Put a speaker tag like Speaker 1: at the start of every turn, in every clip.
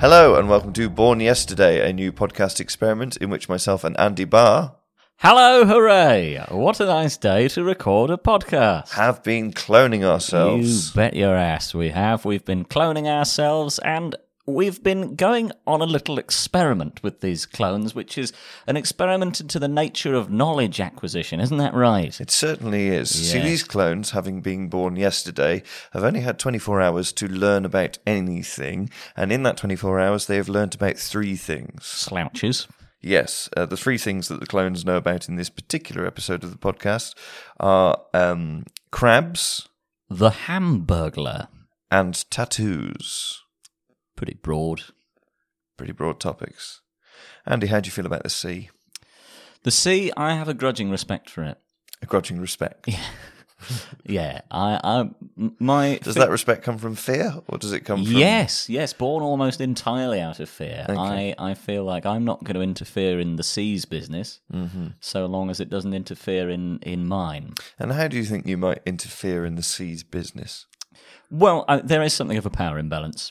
Speaker 1: Hello and welcome to Born Yesterday, a new podcast experiment in which myself and Andy Barr
Speaker 2: Hello, hooray! What a nice day to record a podcast.
Speaker 1: have been cloning
Speaker 2: You
Speaker 1: ourselves.
Speaker 2: bet your ass we have. We've been cloning ourselves and we've been going on a little experiment with these clones, which is an experiment into the nature of knowledge acquisition. Isn't that right?
Speaker 1: It certainly is. See,
Speaker 2: Yeah.
Speaker 1: these clones, having been born yesterday, have only had 24 hours to learn about anything, and in that 24 hours, they have learnt about three things.
Speaker 2: Slouches.
Speaker 1: Yes, uh, the three things that the clones know about in this particular episode of the podcast are um, crabs
Speaker 2: The Hamburglar.
Speaker 1: and tattoos.
Speaker 2: Pretty broad.
Speaker 1: Pretty broad topics. Andy, how do you feel about the sea?
Speaker 2: The sea, I have a grudging respect for it.
Speaker 1: A grudging respect.
Speaker 2: Yeah, I, I, m- my.
Speaker 1: Does that respect come from fear, or does it come from?
Speaker 2: Yes, yes, born almost entirely out of fear.
Speaker 1: Okay.
Speaker 2: I, I feel like I'm not going to interfere in the sea's business so long as it doesn't interfere in, in mine.
Speaker 1: And how do you think you might interfere in the sea's business?
Speaker 2: Well, I, there is something of a power imbalance.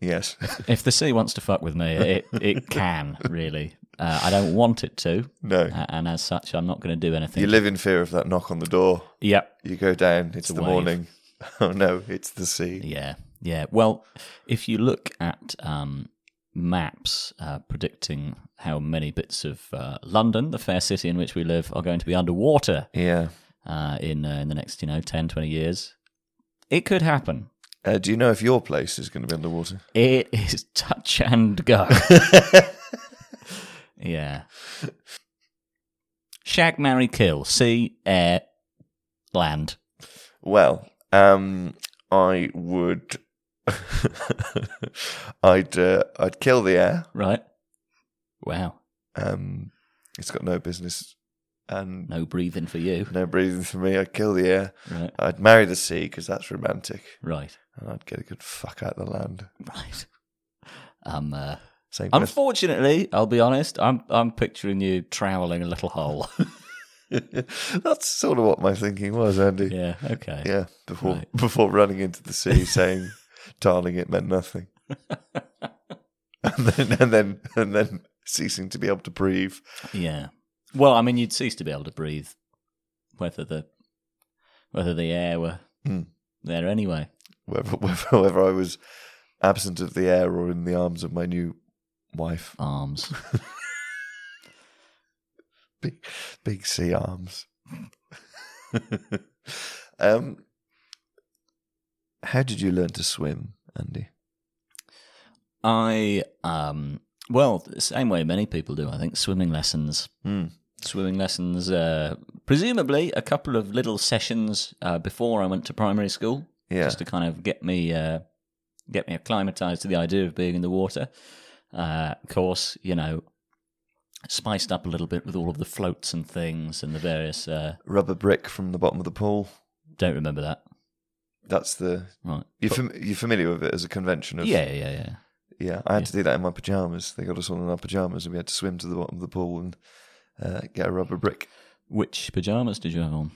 Speaker 1: Yes.
Speaker 2: If the sea wants to fuck with me, it, it can, really. Uh, I don't want it to.
Speaker 1: No.
Speaker 2: a- and as such, I'm not going to do anything.
Speaker 1: you live in fear of that knock on the door.
Speaker 2: Yep.
Speaker 1: You go down. It's
Speaker 2: a
Speaker 1: the
Speaker 2: wave.
Speaker 1: morning. Oh no! It's the sea.
Speaker 2: Yeah, yeah. Well, if you look at um, maps uh, predicting how many bits of uh, London, the fair city in which we live, are going to be underwater
Speaker 1: Yeah.
Speaker 2: uh, in uh, in the next, you know, 10, 20 years, it could happen.
Speaker 1: Uh, do you know if your place is going to be underwater?
Speaker 2: It is touch and go. yeah. Shag, marry, kill. Sea, air, land.
Speaker 1: Well, um, I would. I'd uh, I'd kill the air.
Speaker 2: Right. Wow.
Speaker 1: Um, it's got no business, and
Speaker 2: No breathing for you.
Speaker 1: no breathing for me. I'd kill the air.
Speaker 2: Right.
Speaker 1: I'd marry the sea because that's romantic.
Speaker 2: Right.
Speaker 1: and I'd get a good fuck out of the land.
Speaker 2: Right. Um. Uh,
Speaker 1: Same with
Speaker 2: Unfortunately, I'll be honest, I'm I'm picturing you troweling a little hole.
Speaker 1: that's sort of what my thinking was, Andy.
Speaker 2: yeah, okay.
Speaker 1: Yeah, before
Speaker 2: Right.
Speaker 1: before running into the sea, saying, "Darling, it meant nothing," and then and then and then ceasing to be able to breathe.
Speaker 2: Yeah. Well, I mean you'd cease to be able to breathe whether the whether the air were there anyway.
Speaker 1: Whether, whether whether I was absent of the air or in the arms of my new wife,
Speaker 2: Arms.
Speaker 1: big, big sea arms. um, how did you learn to swim, Andy?
Speaker 2: I um well, the same way many people do, I think, swimming lessons. Swimming lessons, uh, presumably a couple of little sessions uh, before I went to primary school.
Speaker 1: Yeah.
Speaker 2: just to kind of get me uh, get me acclimatized to the idea of being in the water. uh, course, you know, spiced up a little bit with all of the floats and things and the various. Uh,
Speaker 1: Rubber brick from the bottom of the pool.
Speaker 2: don't remember that.
Speaker 1: That's the
Speaker 2: Right.
Speaker 1: you're, fam- you're familiar with it as a convention of
Speaker 2: Yeah, yeah, yeah.
Speaker 1: Yeah, I had to do that in my pajamas. They got us all in our pajamas, and we had to swim to the bottom of the pool and uh, get a rubber brick.
Speaker 2: Which pajamas did you have on?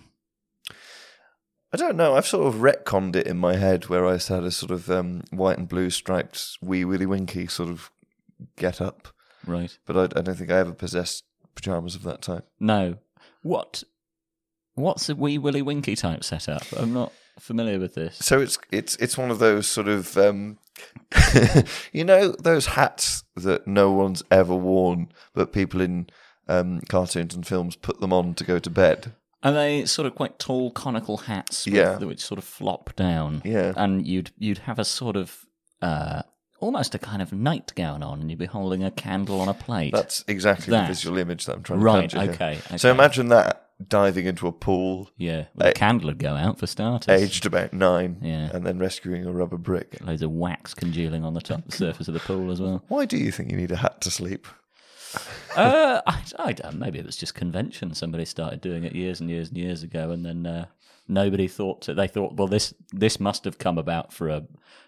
Speaker 1: I don't know. I've sort of retconned it in my head where I had a sort of um, white and blue striped wee willy winky sort of get up,
Speaker 2: Right.
Speaker 1: but I, I don't think I ever possessed pajamas of that type.
Speaker 2: No. What? What's a wee willy winky type setup? I'm not familiar with this.
Speaker 1: So it's it's it's one of those sort of um, you know those hats that no one's ever worn, but people in um, cartoons and films put them on to go to bed.
Speaker 2: Are they sort of quite tall conical hats? with-
Speaker 1: Yeah.
Speaker 2: Which sort of flop down.
Speaker 1: Yeah.
Speaker 2: And you'd you'd have a sort of uh, almost a kind of nightgown on, and you'd be holding a candle on a plate.
Speaker 1: That's exactly
Speaker 2: That.
Speaker 1: the visual image that I'm trying
Speaker 2: Right,
Speaker 1: to conjure.
Speaker 2: okay,
Speaker 1: here. So
Speaker 2: okay.
Speaker 1: imagine that diving into a pool,
Speaker 2: yeah. Well, the candle would go out for starters.
Speaker 1: aged about nine,
Speaker 2: Yeah.
Speaker 1: and then rescuing a rubber brick.
Speaker 2: Loads of wax congealing on the top surface of the pool as well.
Speaker 1: Why do you think you need a hat to sleep?
Speaker 2: uh, I, I don't. Maybe it was just convention. Somebody started doing it years and years and years ago, and then uh, nobody thought to, they thought, well, this this must have come about for a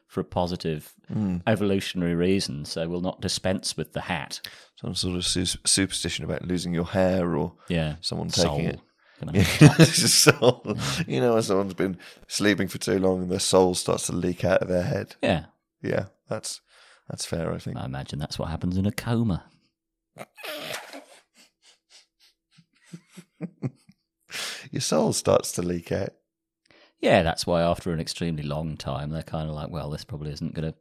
Speaker 2: for a positive
Speaker 1: Hmm.
Speaker 2: evolutionary reason. So we'll not dispense with the hat.
Speaker 1: Some sort of su- superstition about losing your hair or
Speaker 2: Yeah,
Speaker 1: someone taking it.
Speaker 2: You know. Mm.
Speaker 1: soul. You know, when someone's been sleeping for too long and their soul starts to leak out of their head.
Speaker 2: yeah,
Speaker 1: Yeah, that's that's fair, I think.
Speaker 2: I imagine that's what happens in a coma.
Speaker 1: Your soul starts to leak out.
Speaker 2: Yeah, that's why after an extremely long time, they're kind of like, well, this probably isn't going to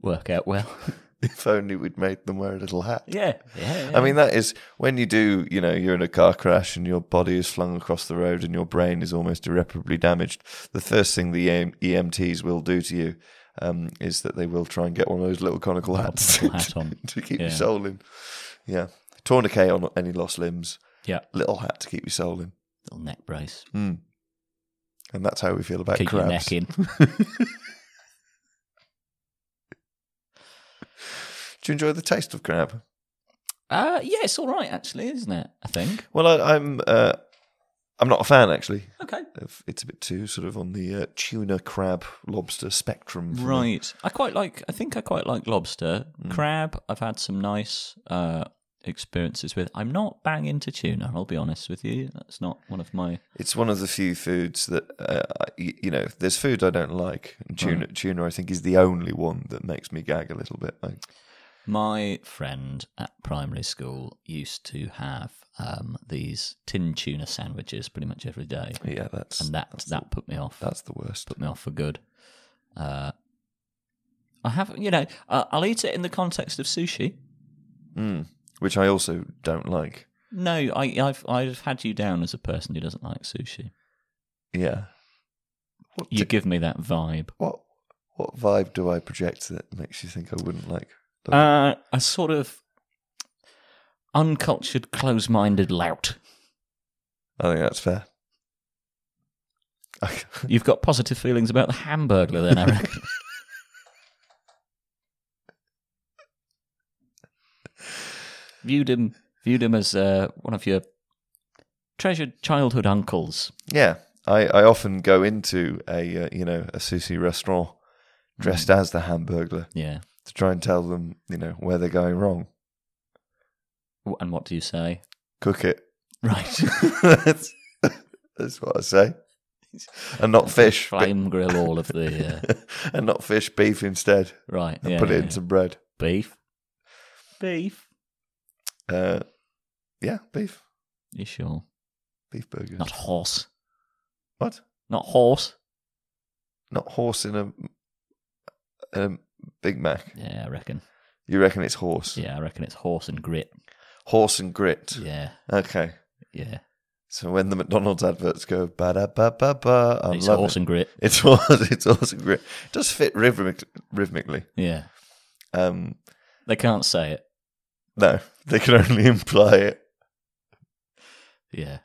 Speaker 2: work out well.
Speaker 1: If only we'd made them wear a little hat.
Speaker 2: yeah, yeah, yeah.
Speaker 1: I mean, that is when you do, you know, you're in a car crash and your body is flung across the road and your brain is almost irreparably damaged. The first thing the E EM- EMTs will do to you um, is that they will try and get one of those little conical hats
Speaker 2: little hat on.
Speaker 1: to keep
Speaker 2: Yeah.
Speaker 1: your soul in. Yeah. Tourniquet on any lost limbs,
Speaker 2: yeah,
Speaker 1: little hat to keep your soul in.
Speaker 2: little neck brace,
Speaker 1: And that's how we feel about
Speaker 2: keep your
Speaker 1: crabs.
Speaker 2: neck in.
Speaker 1: Do you enjoy the taste of crab?
Speaker 2: Uh, yeah, it's all right actually, isn't it? I think.
Speaker 1: Well, I, I'm uh, I'm not a fan actually.
Speaker 2: Okay.
Speaker 1: of- It's a bit too sort of on the uh, tuna, crab, lobster spectrum. for me.
Speaker 2: Right. I quite like. I think I quite like lobster,
Speaker 1: Mm.
Speaker 2: crab. I've had some nice uh, experiences with. I'm not bang into tuna. I'll be honest with you. That's not one of my.
Speaker 1: It's one of the few foods that uh, I- y- you know. There's food I don't like, and tuna, tuna I think is the only one that makes me gag a little bit. Like,
Speaker 2: My friend at primary school used to have um, these tin tuna sandwiches pretty much every day,
Speaker 1: yeah, that's
Speaker 2: and that that put me off.
Speaker 1: that's the worst.
Speaker 2: put me off for good. Uh, I have, you know, uh, I'll eat it in the context of sushi.
Speaker 1: Hmm. Which I also don't like.
Speaker 2: No, I, I've I've had you down as a person who doesn't like sushi.
Speaker 1: Yeah. What
Speaker 2: You
Speaker 1: di-
Speaker 2: give me that vibe.
Speaker 1: what what vibe do I project that makes you think I wouldn't like? Look,
Speaker 2: Uh, a sort of uncultured, close-minded lout.
Speaker 1: I think that's fair.
Speaker 2: You've got positive feelings about the Hamburglar, then I reckon. viewed him, viewed him as uh, one of your treasured childhood uncles.
Speaker 1: Yeah, I, I often go into a uh, you know a sushi restaurant dressed
Speaker 2: Hmm.
Speaker 1: as the Hamburglar
Speaker 2: Yeah.
Speaker 1: to try and tell them you know where they're going wrong.
Speaker 2: W- And what do you say?
Speaker 1: Cook it.
Speaker 2: Right.
Speaker 1: that's, that's what I say. And not fish, but-
Speaker 2: Flame grill all of the. Uh,
Speaker 1: and not fish, beef instead.
Speaker 2: right.
Speaker 1: And
Speaker 2: yeah,
Speaker 1: put it
Speaker 2: yeah,
Speaker 1: in
Speaker 2: yeah.
Speaker 1: some bread.
Speaker 2: beef. Beef.
Speaker 1: Uh, yeah, beef,
Speaker 2: You sure?
Speaker 1: beef burgers.
Speaker 2: Not horse.
Speaker 1: what?
Speaker 2: Not horse.
Speaker 1: Not horse in a, a Big Mac.
Speaker 2: Yeah, I reckon.
Speaker 1: You reckon it's horse?
Speaker 2: Yeah, I reckon it's horse and grit.
Speaker 1: Horse and grit.
Speaker 2: Yeah,
Speaker 1: Okay.
Speaker 2: yeah.
Speaker 1: So when the McDonald's adverts go ba da ba ba ba, I
Speaker 2: it's
Speaker 1: love
Speaker 2: horse
Speaker 1: it.
Speaker 2: and grit.
Speaker 1: It's horse. It's horse and grit. It does fit rhythmic, rhythmically.
Speaker 2: Yeah,
Speaker 1: Um,
Speaker 2: they can't say it.
Speaker 1: no, they can only imply it.
Speaker 2: Yeah.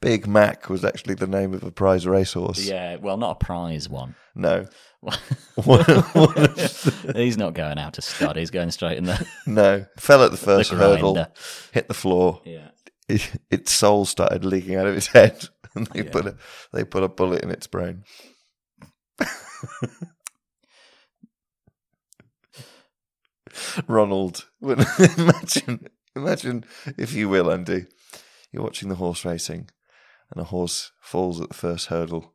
Speaker 1: Big Mac was actually the name of a prize racehorse.
Speaker 2: Yeah, well, not a prize one.
Speaker 1: No,
Speaker 2: he's not going out to stud. He's going straight in the
Speaker 1: No, fell at the first hurdle,
Speaker 2: grinder.
Speaker 1: hit the floor.
Speaker 2: yeah.
Speaker 1: It, its soul started leaking out of its head, and they put a they put a bullet in its brain. Ronald, when- imagine imagine if you will, Andy, you're watching the horse racing, and a horse falls at the first hurdle,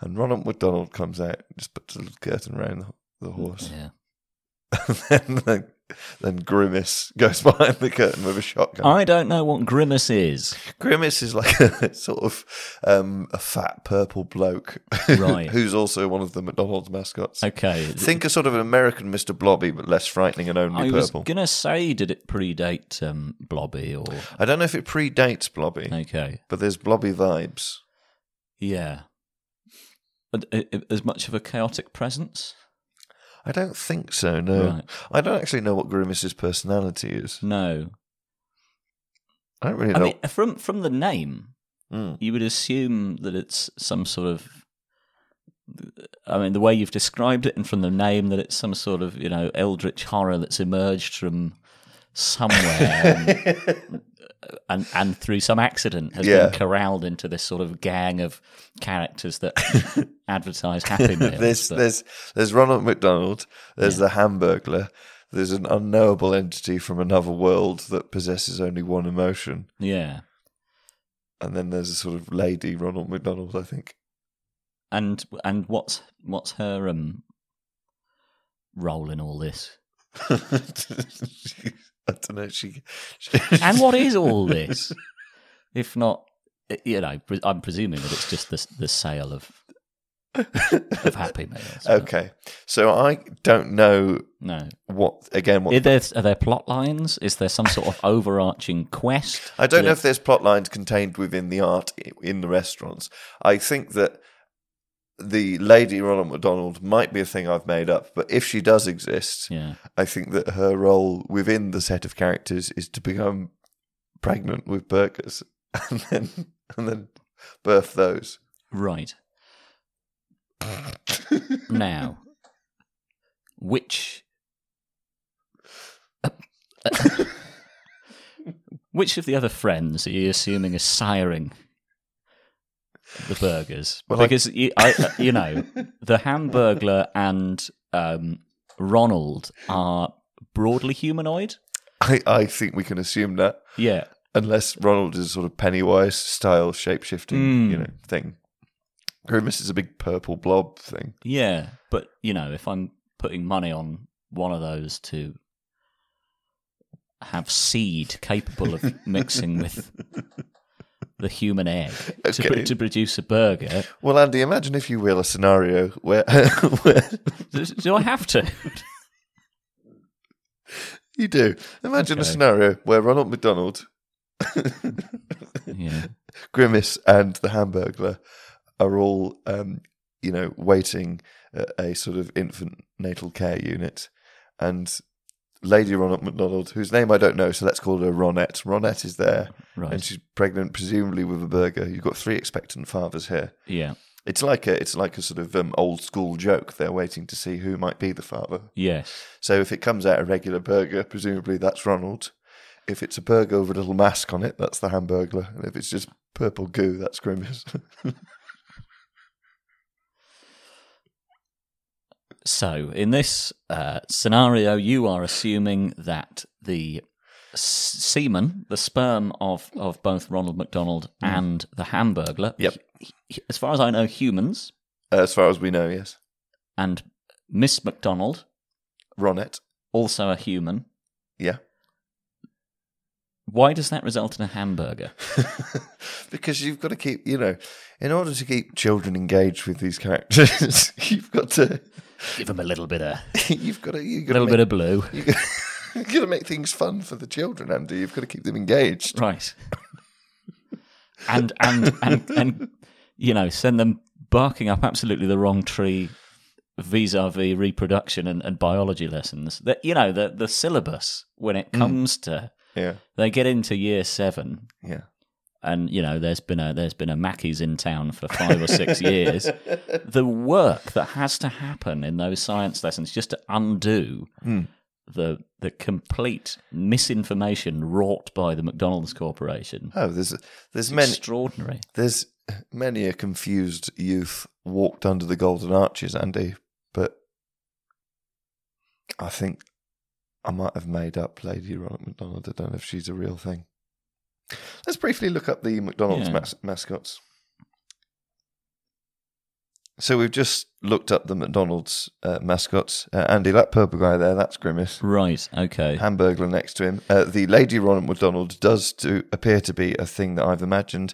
Speaker 1: and Ronald McDonald comes out, and just puts a little curtain around the, the horse
Speaker 2: Yeah.
Speaker 1: then, then, then Grimace goes behind the curtain with a shotgun.
Speaker 2: I don't know what grimace is.
Speaker 1: Grimace is like a sort of um, a fat purple bloke,
Speaker 2: Right.
Speaker 1: who's also one of the McDonald's mascots.
Speaker 2: Okay.
Speaker 1: Think of sort of an American Mr. Blobby, but less frightening and only
Speaker 2: I was
Speaker 1: purple.
Speaker 2: gonna say, did it predate um, Blobby or
Speaker 1: I don't know if it predates Blobby,
Speaker 2: okay?
Speaker 1: but there's Blobby vibes.
Speaker 2: Yeah, but i- i- as much of a chaotic presence?
Speaker 1: I don't think so. No,
Speaker 2: Right.
Speaker 1: I don't actually know what Grimace's personality is.
Speaker 2: No,
Speaker 1: I don't really
Speaker 2: I
Speaker 1: know.
Speaker 2: mean from from the name,
Speaker 1: Mm.
Speaker 2: you would assume that it's some sort of. I mean, the way you've described it, and from the name, that it's some sort of you know eldritch horror that's emerged from somewhere, and, and and through some accident has
Speaker 1: Yeah.
Speaker 2: been corralled into this sort of gang of characters that advertise happy meals.
Speaker 1: there's
Speaker 2: but-
Speaker 1: there's there's Ronald McDonald. There's the Hamburglar. There's an unknowable entity from another world that possesses only one emotion,
Speaker 2: yeah,
Speaker 1: and then there's a sort of lady Ronald McDonald. I think
Speaker 2: and and what's what's her um role in all this?
Speaker 1: I don't know. She, she
Speaker 2: And what is all this? if not, uh, you know, pre- I'm presuming that it's just the the sale of of happy meals. but
Speaker 1: okay. So I don't know
Speaker 2: no.
Speaker 1: what again.
Speaker 2: Are
Speaker 1: What
Speaker 2: there, are there plot lines? Is there some sort of overarching quest?
Speaker 1: I don't
Speaker 2: that
Speaker 1: know if there's plot lines contained within the art i- in the restaurants. I think that the lady Ronald McDonald might be a thing I've made up, but if she does exist,
Speaker 2: Yeah.
Speaker 1: I think that her role within the set of characters is to become pregnant with burgers and then and then birth those.
Speaker 2: Right. now, which. which of the other friends are you assuming is siring the burgers?
Speaker 1: Well, I-
Speaker 2: because, you, I, uh, you know, the Hamburglar and um, Ronald are broadly humanoid.
Speaker 1: I, I think we can assume that
Speaker 2: Yeah.
Speaker 1: unless Ronald is a sort of Pennywise style shapeshifting,
Speaker 2: Mm.
Speaker 1: you know, thing. Grimace is a big purple blob thing.
Speaker 2: Yeah, but you know, if I'm putting money on one of those to have seed capable of mixing with the human egg to, pr-
Speaker 1: Okay.
Speaker 2: to produce a burger,
Speaker 1: Well, Andy, imagine if you will a scenario where, where
Speaker 2: do, do I have to?
Speaker 1: you do. Imagine a
Speaker 2: Okay.
Speaker 1: scenario where Ronald McDonald,
Speaker 2: yeah,
Speaker 1: Grimace, and the Hamburglar are all, um, you know, waiting at a sort of infant natal care unit, and Lady Ronald McDonald, whose name I don't know, so let's call her Ronette. Ronette is there,
Speaker 2: Right.
Speaker 1: and she's pregnant, presumably with a burger. You've got three expectant fathers here.
Speaker 2: yeah,
Speaker 1: It's like a, it's like a sort of um, old school joke. They're waiting to see who might be the father.
Speaker 2: yes,
Speaker 1: So if it comes out a regular burger, presumably that's Ronald. If it's a burger with a little mask on it, that's the Hamburglar. And if it's just purple goo, that's Grimace.
Speaker 2: So, in this uh, scenario, you are assuming that the s- semen, the sperm of, of both Ronald McDonald and the Hamburglar,
Speaker 1: Mm. Yep.
Speaker 2: h- h- as far as I know, humans,
Speaker 1: as far as we know, yes.
Speaker 2: and Miss McDonald,
Speaker 1: Ronette.
Speaker 2: also a human.
Speaker 1: Yeah.
Speaker 2: Why does that result in a hamburger?
Speaker 1: because you've got to keep, you know, in order to keep children engaged with these characters, you've got to,
Speaker 2: Give them a little bit of
Speaker 1: you've got to, you've
Speaker 2: a
Speaker 1: got to
Speaker 2: little
Speaker 1: make,
Speaker 2: bit of blue,
Speaker 1: you've got to make things fun for the children, Andy. You've got to keep them engaged.
Speaker 2: right? And and and and you know, send them barking up absolutely the wrong tree vis-a-vis reproduction and, and biology lessons. That you know, the the Hmm. syllabus when it comes to
Speaker 1: Yeah.
Speaker 2: they get into year seven
Speaker 1: Yeah.
Speaker 2: and you know there's been a there's been a Mackey's in town for five or six years. The work that has to happen in those science lessons just to undo
Speaker 1: Hmm.
Speaker 2: the the complete misinformation wrought by the McDonald's Corporation.
Speaker 1: Oh, there's there's many
Speaker 2: Extraordinary.
Speaker 1: there's many a confused youth walked under the golden arches, Andy. But I think I might have made up Lady Ronald McDonald. I don't know if she's a real thing. Let's briefly look up the McDonald's
Speaker 2: Yeah.
Speaker 1: mas- mascots. So we've just looked up the McDonald's uh, mascots. Uh, Andy, that purple guy there, that's Grimace.
Speaker 2: Right. Okay.
Speaker 1: Hamburglar next to him. Uh, the Lady Ronald McDonald does to appear to be a thing that I've imagined,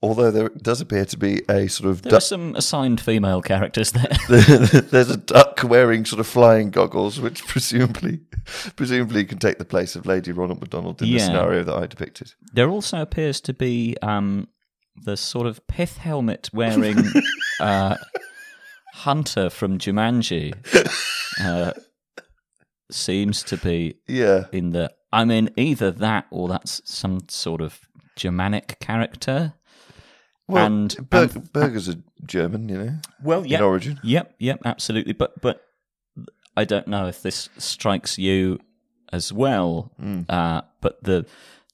Speaker 1: although there does appear to be a sort of
Speaker 2: There are
Speaker 1: duck.
Speaker 2: some assigned female characters there.
Speaker 1: There's a duck wearing sort of flying goggles, which presumably, presumably can take the place of Lady Ronald McDonald in the
Speaker 2: Yeah.
Speaker 1: scenario that I depicted.
Speaker 2: There also appears to be um, the sort of pith helmet wearing uh, hunter from Jumanji. Uh, seems to be
Speaker 1: Yeah,
Speaker 2: in the. I mean, either that or that's some sort of Germanic character.
Speaker 1: well,
Speaker 2: And-
Speaker 1: bur-
Speaker 2: and-
Speaker 1: burgers are German, you know.
Speaker 2: Well,
Speaker 1: in origin.
Speaker 2: Yep, yep, absolutely. But but I don't know if this strikes you as well.
Speaker 1: Mm.
Speaker 2: Uh, but the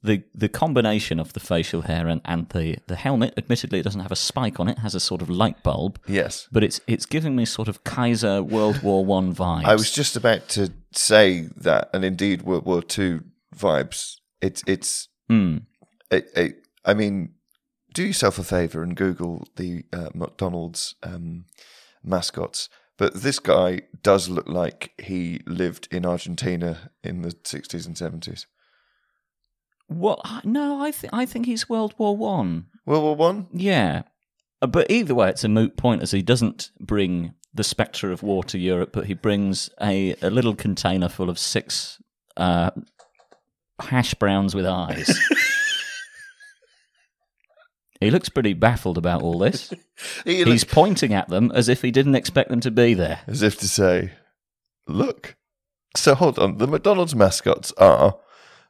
Speaker 2: the the combination of the facial hair and, and the, the helmet, admittedly, it doesn't have a spike on it, it has a sort of light bulb.
Speaker 1: Yes,
Speaker 2: But it's it's giving me sort of Kaiser World War One vibes.
Speaker 1: I was just about to say that, and indeed World War Two vibes. It's it's
Speaker 2: Hmm.
Speaker 1: I, I, I mean, do yourself a favor and Google the uh, McDonald's um, mascots. But this guy does look like he lived in Argentina in the 60s and 70s.
Speaker 2: Well, I- no, I think I think he's World War One.
Speaker 1: World War One?
Speaker 2: Yeah, Uh, but either way, it's a moot point as he doesn't bring the spectre of war to Europe, but he brings a, a little container full of six uh, hash browns with eyes. he looks pretty baffled about all this.
Speaker 1: He
Speaker 2: He's
Speaker 1: looks-
Speaker 2: pointing at them as if he didn't expect them to be there.
Speaker 1: as if to say, look. So hold on. The McDonald's mascots are,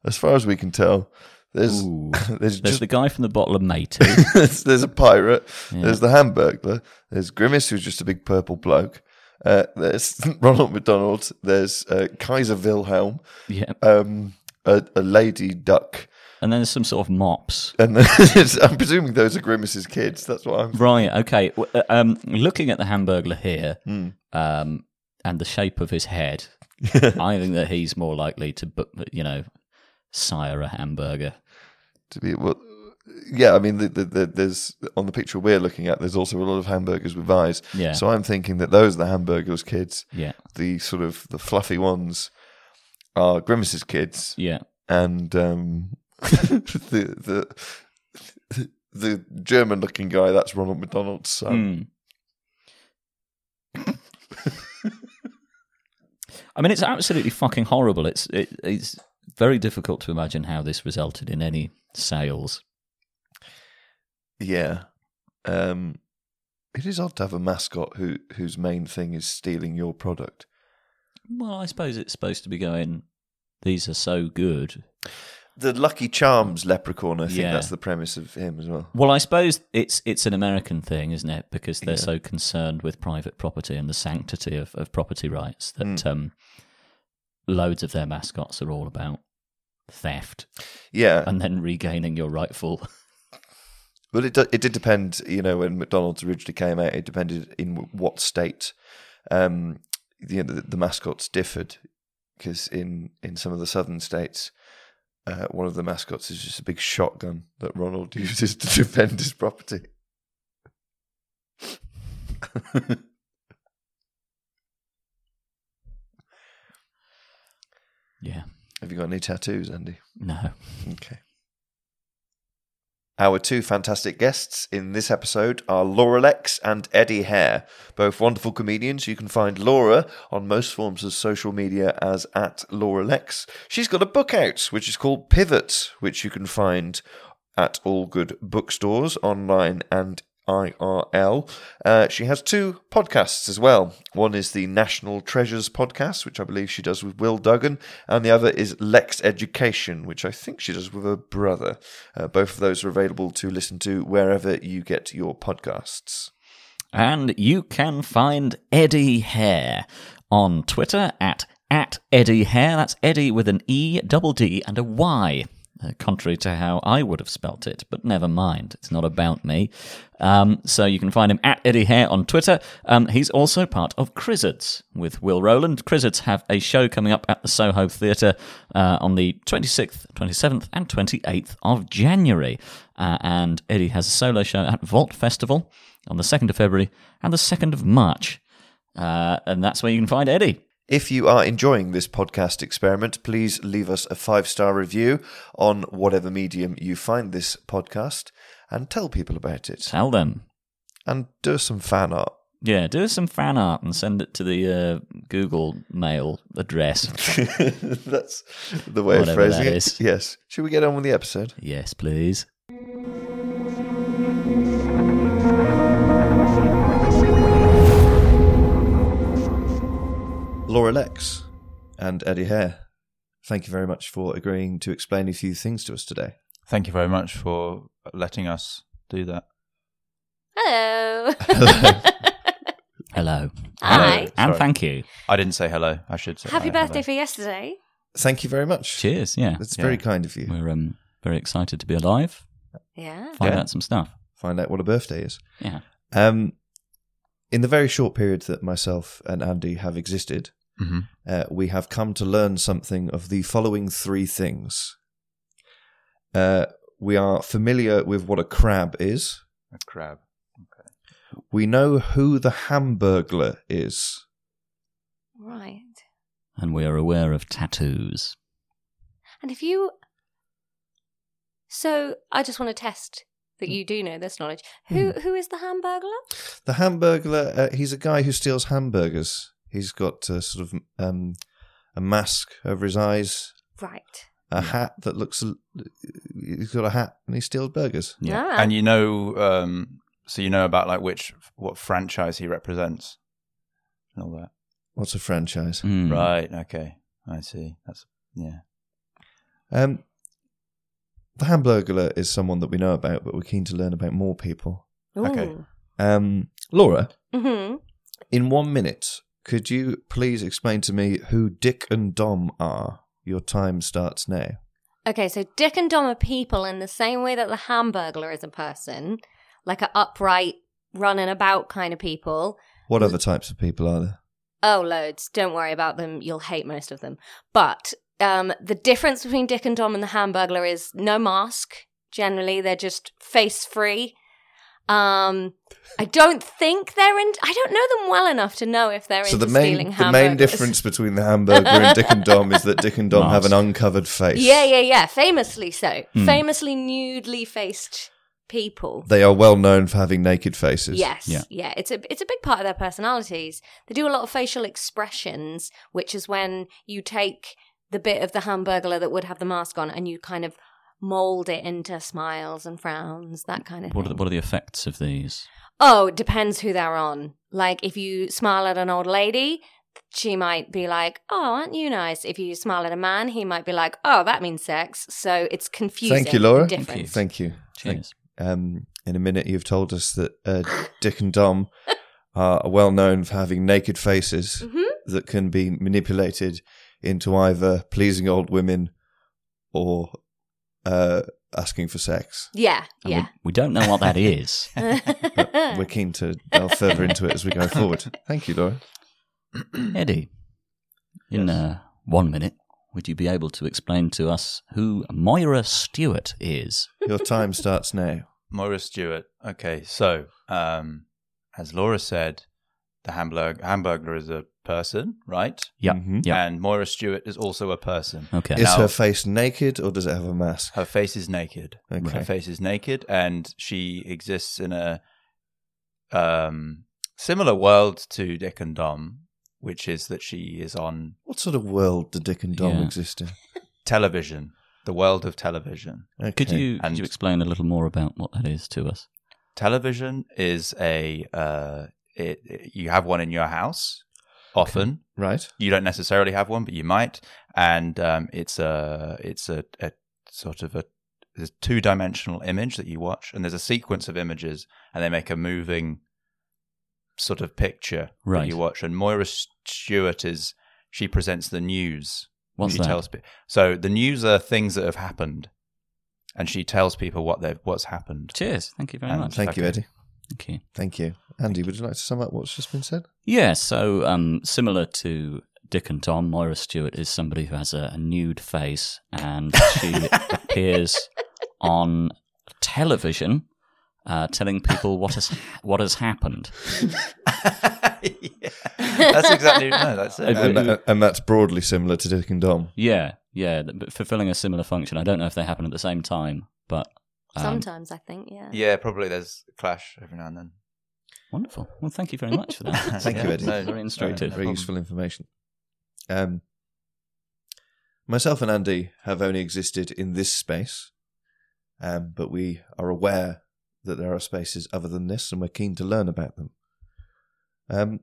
Speaker 1: as far as we can tell, there's,
Speaker 2: Ooh.
Speaker 1: there's
Speaker 2: There's
Speaker 1: just
Speaker 2: the guy from the bottle of Matey.
Speaker 1: there's, there's a pirate.
Speaker 2: Yeah.
Speaker 1: There's the Hamburglar. There's Grimace, who's just a big purple bloke. Uh, there's Ronald McDonald. There's uh, Kaiser Wilhelm,
Speaker 2: yeah,
Speaker 1: um, a, a lady duck,
Speaker 2: and then there's some sort of mops.
Speaker 1: and there's, I'm presuming those are Grimace's kids. That's what I'm.
Speaker 2: Right. Okay. W- uh, Um, looking at the Hamburglar here, um, and the shape of his head, I think that he's more likely to, bu- uh, you know, sire a hamburger.
Speaker 1: To be well, yeah. I mean, the, the, the, there's on the picture we're looking at. There's also a lot of hamburgers with eyes.
Speaker 2: Yeah.
Speaker 1: So I'm thinking that those are the Hamburglar's kids.
Speaker 2: Yeah.
Speaker 1: The sort of the fluffy ones are Grimace's kids.
Speaker 2: Yeah.
Speaker 1: and um, the the the German looking guy that's Ronald McDonald's son.
Speaker 2: Hmm. I mean, it's absolutely fucking horrible. It's it, it's very difficult to imagine how this resulted in any sales.
Speaker 1: Yeah, um, it is odd to have a mascot who whose main thing is stealing your product.
Speaker 2: Well, I suppose it's supposed to be going. These are so good.
Speaker 1: The Lucky Charms leprechaun. I think
Speaker 2: Yeah.
Speaker 1: that's the premise of him as well.
Speaker 2: Well, I suppose it's it's an American thing, isn't it? Because they're so concerned with private property and the sanctity of, of property rights that um, loads of their mascots are all about theft
Speaker 1: Yeah,
Speaker 2: and then regaining your rightful.
Speaker 1: but it do, it did depend. You know, when McDonald's originally came out, it depended in what state. Um, you know, the, the mascots differed because in in some of the southern states, uh, one of the mascots is just a big shotgun that Ronald uses to defend his property.
Speaker 2: yeah,
Speaker 1: Have you got any tattoos, Andy?
Speaker 2: no.
Speaker 1: Okay. Our two fantastic guests in this episode are Laura Lex and Eddie Hare, both wonderful comedians. You can find Laura on most forms of social media as at Laura Lex. She's got a book out, which is called Pivot, which you can find at all good bookstores online and IRL. Uh, she has two podcasts as well. One is the National Treasures podcast, which I believe she does with Will Duggan, and the other is Lex Education, which I think she does with her brother. Uh, both of those are available to listen to wherever you get your podcasts.
Speaker 2: And you can find Eddie Hare on Twitter at, at Eddie Hare. That's Eddie with an E, double D, and a Y. Uh, contrary to how I would have spelt it, but never mind. It's not about me. Um, so you can find him at Eddie Hare on Twitter. Um, he's also part of Crizzards with Will Rowland. Crizzards have a show coming up at the Soho Theatre uh, on the 26th, 27th, and 28th of January. Uh, and Eddie has a solo show at Vault Festival on the 2nd of February and the 2nd of March. Uh, and that's where you can find Eddie.
Speaker 1: If you are enjoying this podcast experiment, please leave us a five star review on whatever medium you find this podcast and tell people about it.
Speaker 2: Tell them.
Speaker 1: And do some fan art.
Speaker 2: Yeah, do some fan art and send it to the uh, Google mail address.
Speaker 1: That's the way
Speaker 2: Whatever
Speaker 1: of phrasing
Speaker 2: that
Speaker 1: it.
Speaker 2: is.
Speaker 1: Yes. Should we get on with the episode?
Speaker 2: yes, please.
Speaker 1: Laura Lex and Eddie Hare, thank you very much for agreeing to explain a few things to us today.
Speaker 3: Thank you very much for letting us do that.
Speaker 4: Hello.
Speaker 2: Hello.
Speaker 4: Hi.
Speaker 2: And
Speaker 3: Sorry.
Speaker 2: thank you.
Speaker 3: I didn't say hello. I should say
Speaker 4: Happy
Speaker 3: hi, hello.
Speaker 4: birthday for yesterday.
Speaker 1: Thank you very much.
Speaker 2: Cheers. Yeah.
Speaker 1: That's very
Speaker 3: Yeah.
Speaker 1: kind of you.
Speaker 2: We're um, very excited to be alive,
Speaker 4: Yeah.
Speaker 2: find
Speaker 3: Yeah.
Speaker 2: out some stuff.
Speaker 1: Find out what a birthday is.
Speaker 2: Yeah.
Speaker 1: Um, in the very short period that myself and Andy have existed,
Speaker 3: Mhm.
Speaker 1: uh, we have come to learn something of the following three things. Uh, we are familiar with what a crab is.
Speaker 3: A crab.
Speaker 1: We know who the Hamburglar is.
Speaker 4: Right.
Speaker 2: And we are aware of tattoos.
Speaker 4: And if you. So I just want to test that you do know this knowledge. Who who is the Hamburglar?
Speaker 1: The Hamburglar, uh, he's a guy who steals hamburgers. He's got uh, sort of um, a mask over his eyes,
Speaker 4: Right.
Speaker 1: a hat that looks. a- He's got a hat and he steals burgers.
Speaker 4: Ah.
Speaker 3: And you know, um, so you know about like which what franchise he represents and all that.
Speaker 1: What's a franchise?
Speaker 2: Mm.
Speaker 3: Right. Okay. I see. That's yeah.
Speaker 1: Um, the Hamburglar is someone that we know about, but we're keen to learn about more people.
Speaker 3: Okay.
Speaker 1: Um, Laura,
Speaker 4: hmm
Speaker 1: in one minute, could you please explain to me who Dick and Dom are? Your time starts now.
Speaker 4: Okay, so Dick and Dom are people in the same way that the Hamburglar is a person, like a upright, running about kind of people.
Speaker 1: What other types of people are there?
Speaker 4: Oh, loads. Don't worry about them. You'll hate most of them. But um, the difference between Dick and Dom and the Hamburglar is no mask. Generally, they're just face free. Um, I don't think they're in. I don't know them well enough to know if they're
Speaker 1: So
Speaker 4: into
Speaker 1: the main
Speaker 4: stealing
Speaker 1: the main
Speaker 4: hamburgers.
Speaker 1: difference between the hamburger and Dick and Dom is that Dick and Dom have an uncovered face.
Speaker 4: Yeah, yeah, yeah. Famously so.
Speaker 2: Hmm.
Speaker 4: Famously nudely faced people.
Speaker 1: They are well known for having naked faces.
Speaker 4: Yes.
Speaker 2: Yeah.
Speaker 4: Yeah. It's a it's a big part of their personalities. They do a lot of facial expressions, which is when you take the bit of the hamburger that would have the mask on and you kind of mold it into smiles and frowns, that kind of
Speaker 2: What are,
Speaker 4: thing.
Speaker 2: the, what are the effects of these?
Speaker 4: oh, it depends who they're on. Like if you smile at an old lady, she might be like, "Oh, aren't you nice?" If you smile at a man, he might be like, "Oh, that means sex." So it's confusing.
Speaker 1: Thank you, Laura.
Speaker 4: Different.
Speaker 2: Thank you.
Speaker 1: Thank you.
Speaker 2: Cheers.
Speaker 1: Um, in a minute, you've told us that uh, Dick and Dom are well known for having naked faces
Speaker 4: Mm-hmm.
Speaker 1: that can be manipulated into either pleasing old women or uh, asking for sex.
Speaker 4: Yeah,
Speaker 2: And
Speaker 4: yeah.
Speaker 2: We, we don't know what that is.
Speaker 1: But we're keen to delve further into it as we go forward. Thank you, Laura.
Speaker 2: Eddie, in uh, one minute, would you be able to explain to us who Moira Stewart is?
Speaker 1: Your time starts now.
Speaker 3: Moira Stewart. Okay, so um, as Laura said, the Hamburg Hamburglar is a person, right?
Speaker 2: Yeah.
Speaker 1: Mhm.
Speaker 2: Yeah.
Speaker 3: And Moira Stewart is also a person.
Speaker 2: Okay.
Speaker 1: Is
Speaker 3: Now-
Speaker 1: her face naked or does it have a mask?
Speaker 3: Her face is naked.
Speaker 1: Okay.
Speaker 3: Her face is naked, and she exists in a um, similar world to Dick and Dom, which is that she is on
Speaker 1: What sort of world do Dick and Dom
Speaker 2: Yeah.
Speaker 1: exist in?
Speaker 3: television, the world of television.
Speaker 1: Okay.
Speaker 2: Could you could
Speaker 3: And-
Speaker 2: you explain a little more about what that is to us?
Speaker 3: television is a uh, it, it- you have one in your house often.
Speaker 1: Right.
Speaker 3: You don't necessarily have one, but you might, and um, it's a it's a, a sort of a there's two dimensional image that you watch, and there's a sequence of images, and they make a moving sort of picture
Speaker 2: Right.
Speaker 3: that you watch. And Moira Stewart is she presents the news.
Speaker 2: What's
Speaker 3: she
Speaker 2: that?
Speaker 3: tells pe- so the news are things that have happened, and she tells people what they've what's happened.
Speaker 2: Cheers. Thank you very
Speaker 3: Um,
Speaker 2: much.
Speaker 3: so-
Speaker 1: Thank you,
Speaker 3: Okay.
Speaker 1: Eddie.
Speaker 2: Thank you.
Speaker 1: Thank you. Andy, would you like to sum up what's just been said?
Speaker 2: Yeah, so um, similar to Dick and Tom, Moira Stewart is somebody who has a, a nude face and she appears on television uh, telling people what has what has happened.
Speaker 3: Yeah. That's exactly no. That's it.
Speaker 2: I-
Speaker 1: And, uh, and that's broadly similar to Dick and Dom.
Speaker 2: Yeah, yeah, th- but fulfilling a similar function. I don't know if they happen at the same time, but um,
Speaker 4: Sometimes I think, yeah.
Speaker 3: uh, Yeah, probably there's a clash every now and then.
Speaker 2: wonderful. Well, thank you very much for that.
Speaker 1: Thank you,
Speaker 2: Yeah,
Speaker 1: Eddie.
Speaker 3: No,
Speaker 2: Very
Speaker 3: no
Speaker 2: instructive.
Speaker 1: Very useful information. Um, myself and Andy have only existed in this space, um, but we are aware that there are spaces other than this, and we're keen to learn about them. Um,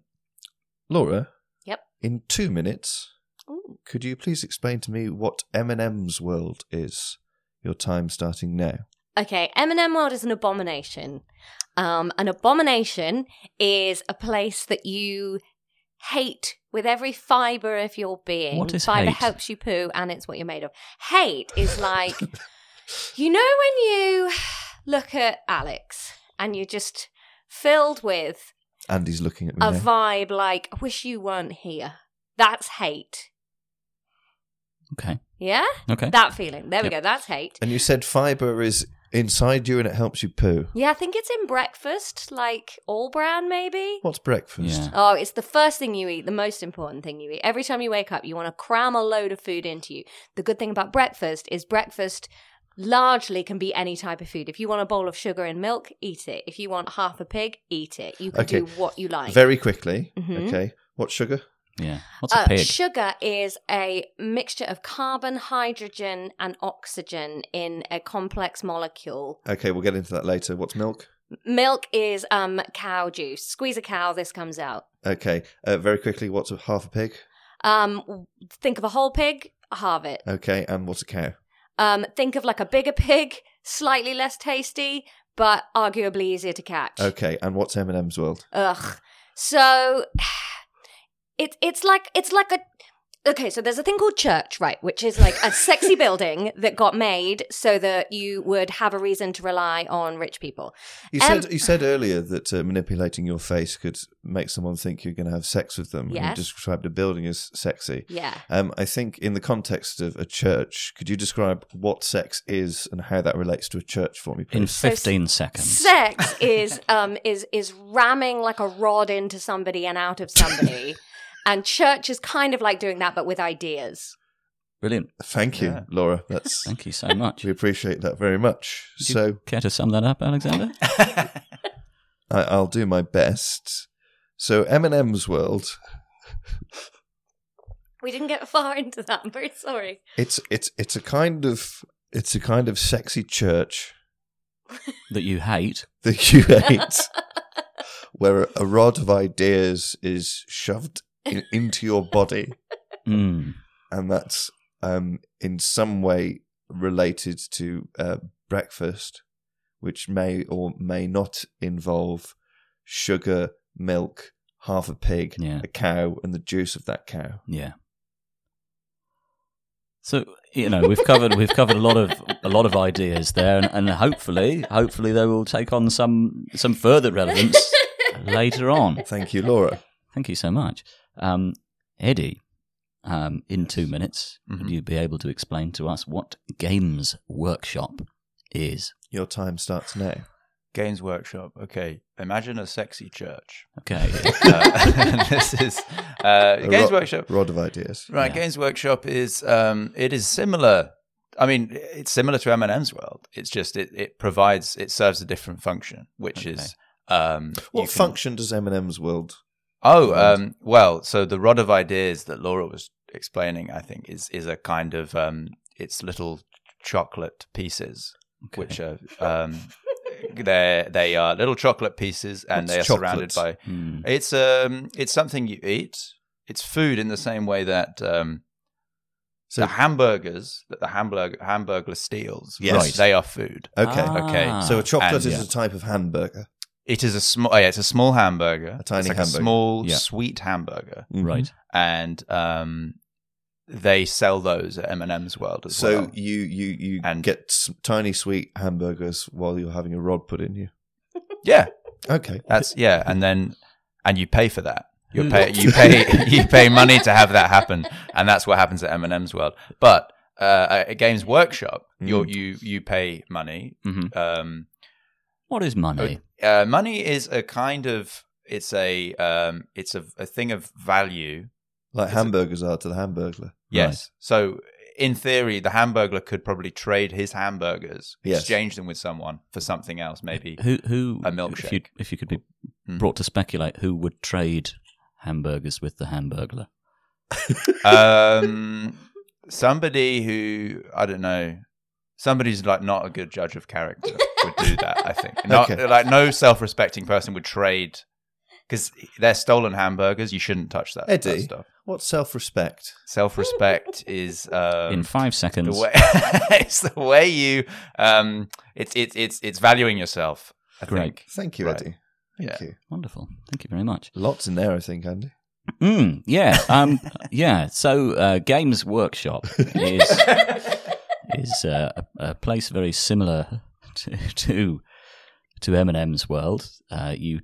Speaker 1: Laura.
Speaker 4: Yep.
Speaker 1: In two minutes,
Speaker 4: Ooh.
Speaker 1: could you please explain to me what M&M's world is? Your time starting now.
Speaker 4: Okay, M&M World is an abomination. Um, an abomination is a place that you hate with every fiber of your being.
Speaker 2: What is
Speaker 4: fiber
Speaker 2: hate?
Speaker 4: helps you poo, and it's what you're made of. Hate is like, you know, when you look at Alex and you're just filled with
Speaker 1: Andy's looking at me.
Speaker 4: a
Speaker 1: now.
Speaker 4: vibe like, I wish you weren't here. That's hate.
Speaker 2: Okay.
Speaker 4: Yeah?
Speaker 2: Okay.
Speaker 4: That feeling. There we go.
Speaker 2: Yep.
Speaker 4: That's hate.
Speaker 1: and you said fibre is inside you and it helps you poo.
Speaker 4: Yeah, I think it's in breakfast, like all bran, maybe.
Speaker 1: What's breakfast?
Speaker 2: Yeah.
Speaker 4: Oh, it's the first thing you eat, the most important thing you eat. Every time you wake up, you want to cram a load of food into you. The good thing about breakfast is breakfast largely can be any type of food. If you want a bowl of sugar and milk, eat it. If you want half a pig, eat it. You can
Speaker 1: Okay.
Speaker 4: do what you like.
Speaker 1: Very quickly.
Speaker 4: Mhm.
Speaker 1: Okay. What sugar?
Speaker 2: Yeah. What's a
Speaker 4: Uh,
Speaker 2: pig?
Speaker 4: Sugar is a mixture of carbon, hydrogen, and oxygen in a complex molecule.
Speaker 1: Okay, we'll get into that later. What's milk?
Speaker 4: Milk is um, cow juice. Squeeze a cow, this comes out.
Speaker 1: Okay. Uh, very quickly, what's a half a pig?
Speaker 4: Um, think of a whole pig, halve it.
Speaker 1: Okay, and what's a cow?
Speaker 4: Um, think of like a bigger pig, slightly less tasty, but arguably easier to catch.
Speaker 1: Okay, and what's M&M's world?
Speaker 4: Ugh. So it, it's like it's like a okay. So there's a thing called church, right, which is like a sexy building that got made so that you would have a reason to rely on rich people.
Speaker 1: You
Speaker 4: Um,
Speaker 1: said you said earlier that uh, manipulating your face could make someone think you're going to have sex with them.
Speaker 4: Yes.
Speaker 1: You described a building as sexy.
Speaker 4: Yeah.
Speaker 1: Um, I think in the context of a church, could you describe what sex is and how that relates to a church for me,
Speaker 2: In
Speaker 1: please?
Speaker 4: So s-
Speaker 2: 15 seconds.
Speaker 4: Sex is um is is ramming like a rod into somebody and out of somebody. And church is kind of like doing that, but with ideas.
Speaker 2: Brilliant.
Speaker 1: Thank you,
Speaker 3: Yeah.
Speaker 1: Laura. That's
Speaker 2: Thank you so much.
Speaker 1: we appreciate that very much.
Speaker 2: Would you
Speaker 1: so
Speaker 2: care to sum that up, Alexander?
Speaker 1: I, I'll do my best. So Eminem's world,
Speaker 4: We didn't get far into that. I'm very sorry.
Speaker 1: it's it's it's a kind of it's a kind of sexy church
Speaker 2: that you hate.
Speaker 1: that you hate, where a rod of ideas is shoved in, into your body,
Speaker 2: Mm.
Speaker 1: and that's um, in some way related to uh, breakfast, which may or may not involve sugar, milk, half a pig,
Speaker 2: Yeah.
Speaker 1: a cow, and the juice of that cow.
Speaker 2: Yeah. So you know we've covered we've covered a lot of a lot of ideas there, and, and hopefully hopefully they will take on some some further relevance later on.
Speaker 1: Thank you, Laura.
Speaker 2: Thank you so much, um, Eddie. Um, in two minutes,
Speaker 3: Mhm.
Speaker 2: would you be able to explain to us what Games Workshop is?
Speaker 1: Your time starts now.
Speaker 3: Games Workshop. Okay, imagine a sexy church.
Speaker 2: Okay,
Speaker 3: Uh, this is uh,
Speaker 1: A
Speaker 3: Games
Speaker 1: ro-
Speaker 3: Workshop.
Speaker 1: Rod of ideas.
Speaker 3: Right,
Speaker 2: Yeah.
Speaker 3: Games Workshop is um, it is similar. I mean, it's similar to M&M's World. It's just it, it provides it serves a different function, which is um,
Speaker 1: What
Speaker 3: you can-
Speaker 1: function does Eminem's world?
Speaker 3: Oh,
Speaker 1: Right.
Speaker 3: um, well, so the rod of ideas that Laura was explaining, I think, is is a kind of um, it's little chocolate pieces,
Speaker 2: Okay.
Speaker 3: which are um, They they are little chocolate pieces, and
Speaker 1: What's
Speaker 3: they are surrounded by.
Speaker 1: chocolate?
Speaker 2: Hmm.
Speaker 3: It's um it's something you eat. It's food in the same way that um
Speaker 1: So-
Speaker 3: the hamburgers that the hamburger hamburger steals.
Speaker 1: Yes.
Speaker 3: they are food.
Speaker 1: Okay.
Speaker 2: Ah.
Speaker 3: Okay,
Speaker 1: So a chocolate
Speaker 3: And-
Speaker 1: is a type of hamburger.
Speaker 3: It is a small. Yeah, it's a small hamburger.
Speaker 1: A tiny
Speaker 3: it's like
Speaker 1: hamburger.
Speaker 3: A small
Speaker 2: Yeah.
Speaker 3: sweet hamburger,
Speaker 1: Mm-hmm.
Speaker 2: Right.
Speaker 3: and um they sell those at M and M's World as
Speaker 1: So
Speaker 3: well.
Speaker 1: you you you
Speaker 3: And-
Speaker 1: get s- tiny sweet hamburgers while you're having a rod put in you.
Speaker 3: Yeah,
Speaker 1: Okay.
Speaker 3: That's yeah, and then and you pay for that. You pay you pay you pay money to have that happen, and that's what happens at M and M's World. But uh, at Games Workshop, you you you pay money.
Speaker 2: Mhm.
Speaker 3: Um,
Speaker 2: What is money?
Speaker 3: uh, money is a kind of it's a um, it's a, a thing of value.
Speaker 1: like
Speaker 3: it's a-
Speaker 1: hamburgers are to the hamburglar.
Speaker 3: Yes. So in theory, the hamburger could probably trade his hamburgers,
Speaker 1: Yes.
Speaker 3: exchange them with someone for something else, maybe.
Speaker 2: Who who
Speaker 3: A
Speaker 2: If you,
Speaker 3: milkshake.
Speaker 2: if you could be
Speaker 3: Mm.
Speaker 2: brought to speculate, who would trade hamburgers with the hamburglar?
Speaker 3: um, somebody who I don't know, somebody's like not a good judge of character would do that. I think not
Speaker 1: Okay.
Speaker 3: like no self-respecting person would trade because they're stolen hamburgers. You shouldn't touch that, that
Speaker 1: Eddie.
Speaker 3: stuff.
Speaker 1: What self-respect?
Speaker 3: Self-respect is um,
Speaker 2: In five seconds,
Speaker 3: the way it's the way you um, it's it's it's it's valuing yourself. I
Speaker 2: Great.
Speaker 3: think.
Speaker 1: Thank you,
Speaker 3: Right.
Speaker 1: Eddie. Thank
Speaker 3: Yeah.
Speaker 1: you.
Speaker 2: wonderful. Thank you very much.
Speaker 1: Lots in there, I think, Andy.
Speaker 2: Mm, yeah, um, yeah. So, uh, Games Workshop is is uh, a, a place very similar to to, to M&M's world. Uh, you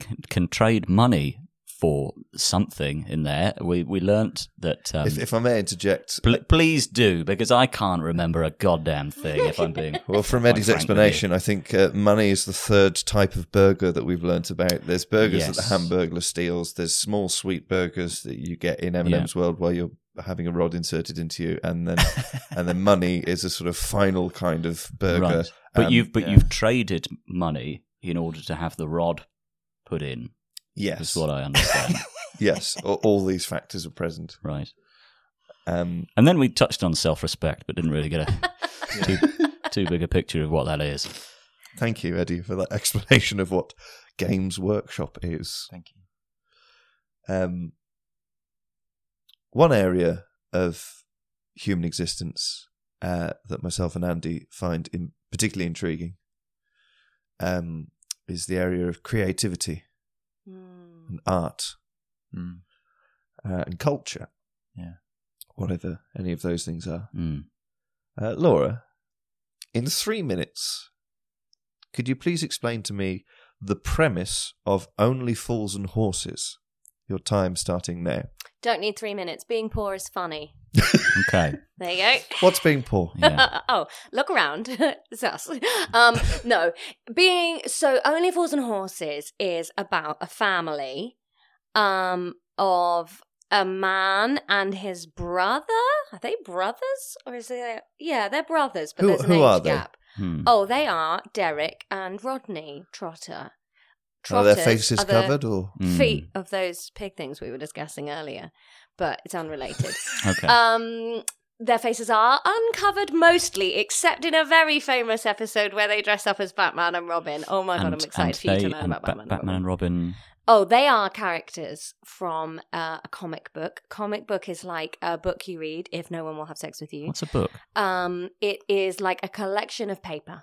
Speaker 2: can, can trade money for something in there. We we learnt that. Um,
Speaker 1: if, if I may interject,
Speaker 2: pl- please do because I can't remember a goddamn thing. If I'm being
Speaker 1: Well, from
Speaker 2: quite
Speaker 1: Eddie's
Speaker 2: frank with you.
Speaker 1: explanation, I think uh, money is the third type of burger that we've learnt about. There's burgers that
Speaker 2: Yes.
Speaker 1: the hamburger steals. There's small sweet burgers that you get in M&M's World while you're having a rod inserted into you, and then and then money is a sort of final kind of burger.
Speaker 2: Right. But
Speaker 1: Um,
Speaker 2: you've but
Speaker 3: yeah.
Speaker 2: you've traded money in order to have the rod put in.
Speaker 1: yes,
Speaker 2: Is what I understand,
Speaker 1: yes, all, all these factors are present.
Speaker 2: right?
Speaker 1: Um,
Speaker 2: And then we touched on self-respect, but didn't really get a too, too big a picture of what that is.
Speaker 1: thank you, Eddie, for that explanation of what Games Workshop is.
Speaker 3: Thank you.
Speaker 1: um, one area of human existence uh, that myself and Andy find in, particularly intriguing um, is the area of creativity and art
Speaker 3: Mm.
Speaker 1: uh, and culture.
Speaker 3: Yeah.
Speaker 1: Whatever any of those things are.
Speaker 2: Mm.
Speaker 1: Uh, Laura, in three minutes, could you please explain to me the premise of Only Fools and Horses? Your time starting now.
Speaker 4: Don't need three minutes. Being poor is funny.
Speaker 2: Okay.
Speaker 4: There you go.
Speaker 1: What's being poor?
Speaker 2: Yeah.
Speaker 4: oh, look around. it's us. Um, no, being so only fools and horses is about a family um, of a man and his brother. Are they brothers or is it? Yeah, they're brothers, but
Speaker 1: Who-
Speaker 4: there's an
Speaker 1: who
Speaker 4: age
Speaker 1: are they?
Speaker 4: gap.
Speaker 2: Hmm.
Speaker 4: Oh, they are Derek and Rodney Trotter.
Speaker 1: Are their
Speaker 4: Trotters
Speaker 1: faces
Speaker 4: are the
Speaker 1: covered Hmm. or?
Speaker 2: Mm.
Speaker 4: Feet of those pig things we were discussing earlier, but it's unrelated.
Speaker 2: Okay.
Speaker 4: Um, their faces are uncovered mostly, except in a very famous episode where they dress up as Batman and Robin. Oh my god, I'm excited for you to
Speaker 2: they-
Speaker 4: learn
Speaker 2: and
Speaker 4: about
Speaker 2: Ba-
Speaker 4: Batman.
Speaker 2: Batman and Robin.
Speaker 4: Oh, they are characters from uh, a comic book. Comic book is like a book you read if no one will have sex with you.
Speaker 2: What's a book?
Speaker 4: Um, it is like a collection of paper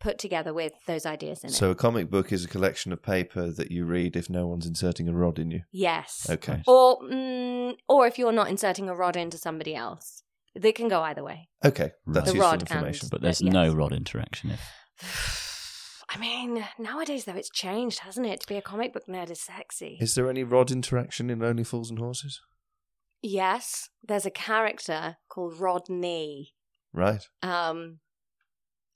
Speaker 4: put together with those ideas in it.
Speaker 1: So a comic book is a collection of paper that you read if no one's inserting a rod in you.
Speaker 4: yes,
Speaker 1: Okay.
Speaker 4: or mm, or if you're not inserting a rod into somebody else, they can go either way.
Speaker 1: Okay. That's
Speaker 2: The
Speaker 1: useful
Speaker 4: rod
Speaker 1: information.
Speaker 2: But there's
Speaker 4: yes.
Speaker 2: no rod interaction. If
Speaker 4: I mean, nowadays though, it's changed, hasn't it? To be a comic book nerd is sexy.
Speaker 1: Is there any rod interaction in Only Fools and Horses?
Speaker 4: yes, there's a character called Rodney,
Speaker 1: Right.
Speaker 4: um,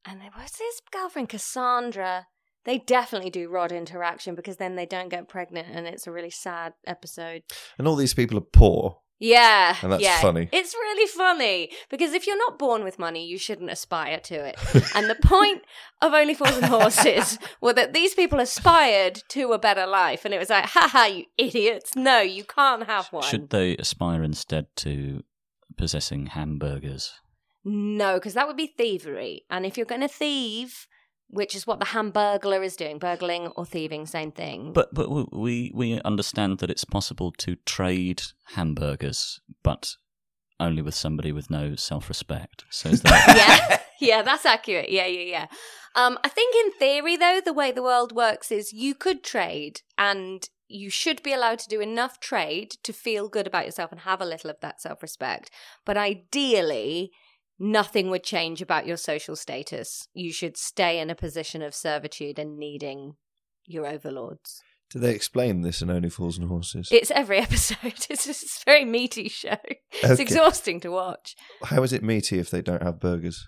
Speaker 4: and there was his girlfriend Cassandra. They definitely do rod interaction because then they don't get pregnant, and it's a really sad episode.
Speaker 1: And all these people are poor.
Speaker 4: Yeah,
Speaker 1: And that's
Speaker 4: yeah.
Speaker 1: funny.
Speaker 4: It's really funny because if you're not born with money, you shouldn't aspire to it. and the point of Only Fools and Horses were that these people aspired to a better life, and it was like, haha, you idiots! No, you can't have one.
Speaker 2: should they aspire instead to possessing hamburgers?
Speaker 4: No, because that would be thievery, and if you're going to thieve, which is what the Hamburglar is doing. Burgling or thieving, same thing.
Speaker 2: But but w- we we understand that it's possible to trade hamburgers, but only with somebody with no self-respect. So is that
Speaker 4: yeah, yeah, that's accurate. Yeah, yeah, yeah. Um, I think in theory, though, the way the world works is you could trade, and you should be allowed to do enough trade to feel good about yourself and have a little of that self respect. But ideally, nothing would change about your social status. You should stay in a position of servitude and needing your overlords.
Speaker 1: Do they explain this in Only Fools and Horses?
Speaker 4: It's every episode. It's just a very meaty show. It's
Speaker 1: Okay.
Speaker 4: exhausting to watch.
Speaker 1: How is it meaty if they don't have burgers?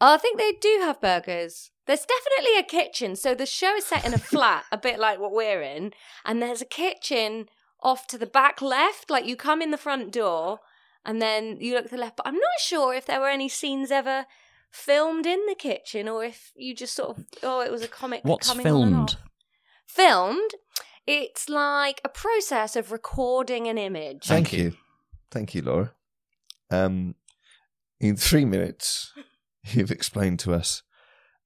Speaker 4: Oh, I think they do have burgers. There's definitely a kitchen. So the show is set in a flat, a bit like what we're in, and there's a kitchen off to the back left. Like you come in the front door and then you look to the left. But I'm not sure if there were any scenes ever filmed in the kitchen or if you just sort of, oh, it was a comic.
Speaker 2: what's
Speaker 4: coming on and
Speaker 2: filmed?
Speaker 4: off. Filmed. It's like a process of recording an image.
Speaker 1: Thank you. Thank you, Laura. Um, in three minutes, you've explained to us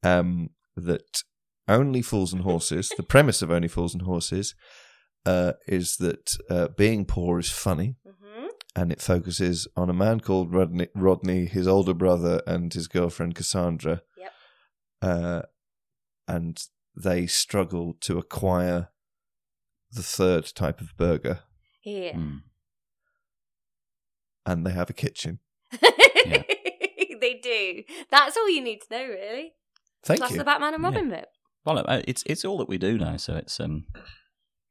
Speaker 1: um, that Only Fools and Horses, the premise of Only Fools and Horses, uh, is that uh, being poor is funny.
Speaker 4: hmm
Speaker 1: And it focuses on a man called Rodney, Rodney his older brother, and his girlfriend Cassandra.
Speaker 4: Yep.
Speaker 1: Uh, and they struggle to acquire the third type of burger,
Speaker 4: Yeah.
Speaker 2: Hmm.
Speaker 1: and they have a kitchen.
Speaker 2: Yeah.
Speaker 4: they do. That's all you need to know, really.
Speaker 1: Thank
Speaker 4: That's
Speaker 1: you.
Speaker 4: the Batman and
Speaker 2: Yeah.
Speaker 4: Robin bit.
Speaker 2: Well, uh, it's it's all that we do now, so it's um,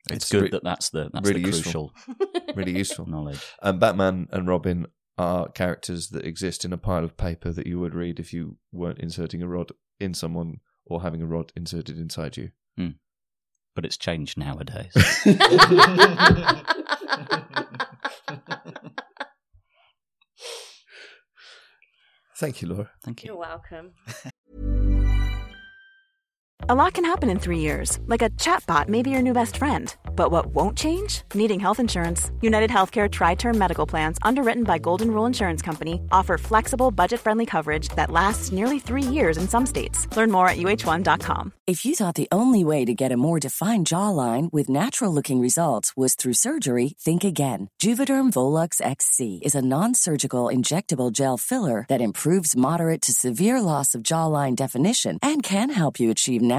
Speaker 2: it's,
Speaker 1: It's
Speaker 2: good
Speaker 1: re-
Speaker 2: that that's the that's
Speaker 1: really
Speaker 2: the
Speaker 1: useful.
Speaker 2: crucial
Speaker 1: really useful.
Speaker 2: knowledge.
Speaker 1: And Batman and Robin are characters that exist in a pile of paper that you would read if you weren't inserting a rod in someone or having a rod inserted inside you.
Speaker 2: But it's changed nowadays.
Speaker 1: Thank you, Laura.
Speaker 2: Thank
Speaker 4: You're
Speaker 2: you.
Speaker 4: welcome.
Speaker 5: A lot can happen in three years, like a chatbot may be your new best friend. But what won't change? Needing health insurance. United Healthcare Tri Term Medical Plans, underwritten by Golden Rule Insurance Company, offer flexible, budget friendly coverage that lasts nearly three years in some states. Learn more at uh1.com.
Speaker 6: If you thought the only way to get a more defined jawline with natural looking results was through surgery, think again. Juvederm Volux XC is a non surgical injectable gel filler that improves moderate to severe loss of jawline definition and can help you achieve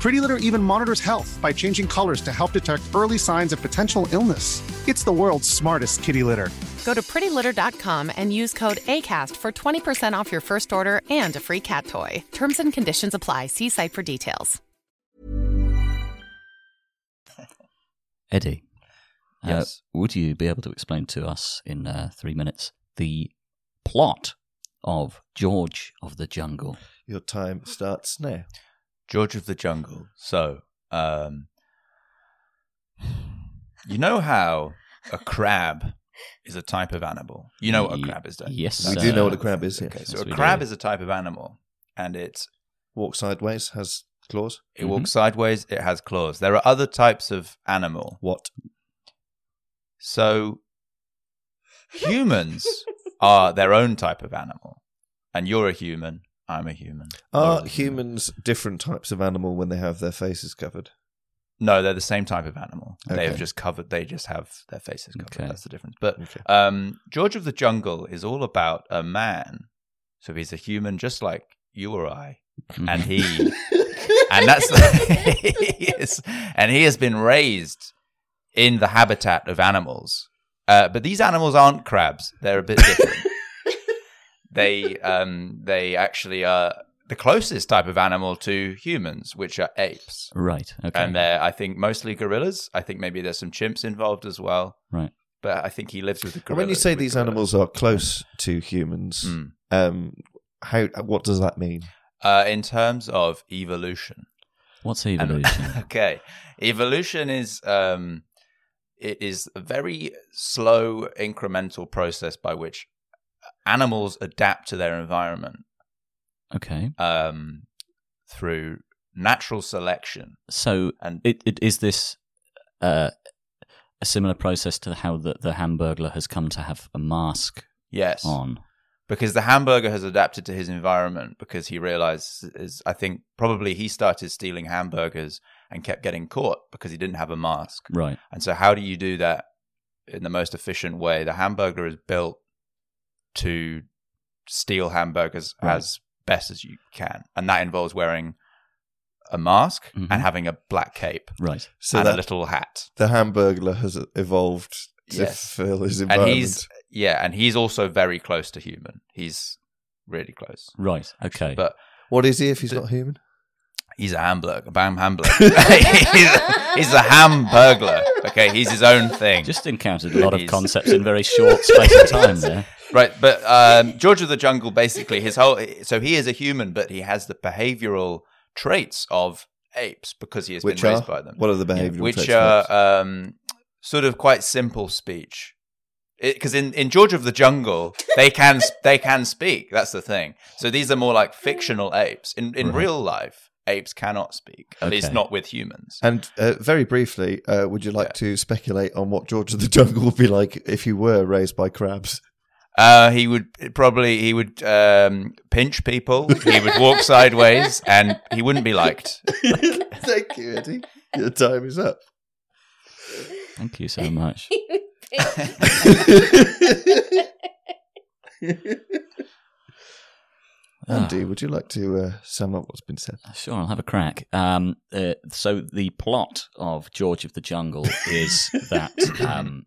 Speaker 7: Pretty Litter even monitors health by changing colors to help detect early signs of potential illness. It's the world's smartest kitty litter.
Speaker 8: Go to prettylitter.com and use code ACAST for 20% off your first order and a free cat toy. Terms and conditions apply. See site for details.
Speaker 2: Eddie, uh,
Speaker 3: Yes.
Speaker 2: would you be able to explain to us in uh, three minutes the plot of George of the Jungle?
Speaker 1: Your time starts now.
Speaker 3: George of the Jungle. So, um, you know how a crab is a type of animal. You know what a
Speaker 2: Ye-
Speaker 3: crab is, don't you?
Speaker 2: yes,
Speaker 1: We do know what a crab is, yes.
Speaker 3: Okay, so
Speaker 2: Yes,
Speaker 3: a
Speaker 2: we
Speaker 3: crab
Speaker 2: do.
Speaker 3: is a type of animal, and it's
Speaker 1: walk sideways has claws?
Speaker 2: Mm-hmm.
Speaker 3: It walks sideways. It has claws. There are other types of animal.
Speaker 1: What?
Speaker 3: So humans are their own type of animal, and you're a human. I'm a human.
Speaker 1: Are
Speaker 3: You're a human.
Speaker 1: humans different types of animal when they have their faces covered?
Speaker 3: No, they're the same type of animal.
Speaker 1: Okay.
Speaker 3: They've just covered. They just have their faces covered.
Speaker 2: Okay.
Speaker 3: That's the difference. But
Speaker 1: Okay.
Speaker 3: um, George of the Jungle is all about a man. So he's a human, just like you or I, and he, and that's he is, and he has been raised in the habitat of animals. Uh, but these animals aren't crabs. They're a bit different. they um, they actually are the closest type of animal to humans, which are apes
Speaker 2: Right. Okay.
Speaker 3: and they're I think mostly gorillas. I think maybe there's some chimps involved as well,
Speaker 2: right.
Speaker 3: but I think he lives with the
Speaker 1: And
Speaker 3: gorillas.
Speaker 1: when you say
Speaker 3: with
Speaker 1: these
Speaker 3: gorillas.
Speaker 1: animals are close to humans,
Speaker 3: Mm.
Speaker 1: um, how what does that mean?
Speaker 3: uh, in terms of evolution,
Speaker 2: What's
Speaker 3: And-
Speaker 2: evolution?
Speaker 3: okay, evolution is um, it is a very slow incremental process by which animals adapt to their environment
Speaker 2: okay.
Speaker 3: um, through natural selection
Speaker 2: So
Speaker 3: and
Speaker 2: it, it is this uh, a similar process to how the, the Hamburglar has come to have a mask
Speaker 3: yes
Speaker 2: on.
Speaker 3: because the hamburger has adapted to his environment because he realizes i think probably he started stealing hamburgers and kept getting caught because he didn't have a mask
Speaker 2: Right.
Speaker 3: and so how do you do that in the most efficient way the hamburger is built to steal hamburgers
Speaker 2: Right.
Speaker 3: as best as you can and that involves wearing a mask
Speaker 2: Mhm.
Speaker 3: and having a black cape
Speaker 2: Right.
Speaker 1: Mm-hmm. So
Speaker 3: and
Speaker 1: that
Speaker 3: a little hat
Speaker 1: the Hamburglar has evolved to
Speaker 3: Yes.
Speaker 1: fill his
Speaker 3: and
Speaker 1: environment.
Speaker 3: he's yeah and he's also very close to human he's really close
Speaker 2: Right. Okay.
Speaker 3: but
Speaker 1: what is he if he's not human?
Speaker 3: He's a hamburger. Bam hamburger. he's, a, he's a hamburglar. Okay, he's his own thing.
Speaker 2: Just encountered a lot of
Speaker 3: It is.
Speaker 2: concepts in very short space of time there.
Speaker 3: right, but um, George of the Jungle basically his whole so he is a human, but he has the behavioural traits of apes because he has
Speaker 1: Which
Speaker 3: been
Speaker 1: are
Speaker 3: raised by them.
Speaker 1: what are the behavioural
Speaker 3: which
Speaker 1: traits?
Speaker 3: are
Speaker 1: Max?
Speaker 3: um, sort of quite simple speech. Because in, in George of the Jungle, they can they can speak. That's the thing. So these are more like fictional apes. In in real life, apes cannot speak. At least
Speaker 2: Okay.
Speaker 3: not with humans.
Speaker 1: and uh, very briefly, uh, would you like to speculate on what George of the Jungle would be like if he were raised by crabs?
Speaker 3: Uh, he would probably he would um, pinch people. He would walk sideways, and he wouldn't be liked.
Speaker 1: Thank you, Eddie. Your time is up.
Speaker 2: Thank you so much. Ah.
Speaker 1: Andy, would you like to uh, sum up what's been said?
Speaker 2: Sure, I'll have a crack. Um, uh, so the plot of George of the Jungle is that um,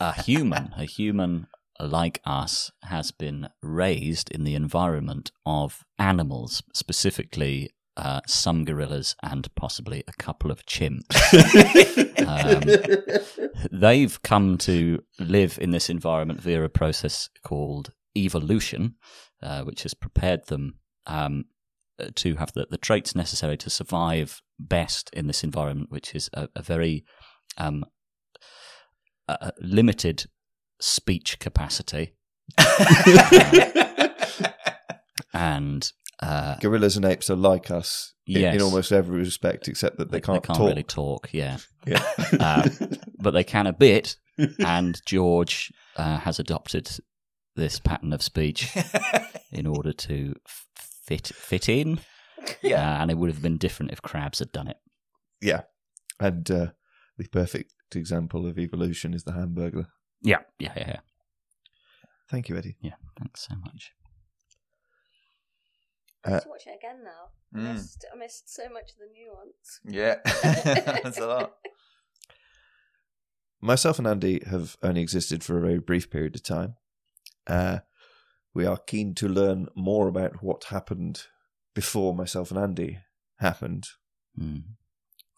Speaker 2: a human, a human like us, has been raised in the environment of animals, specifically uh, some gorillas and possibly a couple of chimps. um, they've come to live in this environment via a process called evolution, uh, which has prepared them. Um, uh, to have the, the traits necessary to survive best in this environment, which is a, a very um, uh, uh, limited speech capacity and uh,
Speaker 1: Gorillas and apes are like us in,
Speaker 2: Yes.
Speaker 1: in almost every respect, except that they, can't, talk.
Speaker 2: really talk. Yeah,
Speaker 1: Yeah.
Speaker 2: uh, but they can a bit, and George uh, has adopted this pattern of speech in order to f- fit fit in.
Speaker 3: yeah,
Speaker 2: Uh, and it would have been different if crabs had done it.
Speaker 1: yeah. And uh, the perfect example of evolution is the hamburger.
Speaker 2: Yeah, yeah, yeah, yeah.
Speaker 1: Thank you, Eddie.
Speaker 2: yeah. Thanks so much.
Speaker 1: Uh,
Speaker 4: Let's watch it again now. I,
Speaker 3: Mm.
Speaker 4: missed, I missed so much of the nuance.
Speaker 3: yeah. That's a lot.
Speaker 1: Myself and Andy have only existed for a very brief period of time. Uh, we are keen to learn more about what happened before myself and Andy happened.
Speaker 3: Hmm.
Speaker 2: Mm.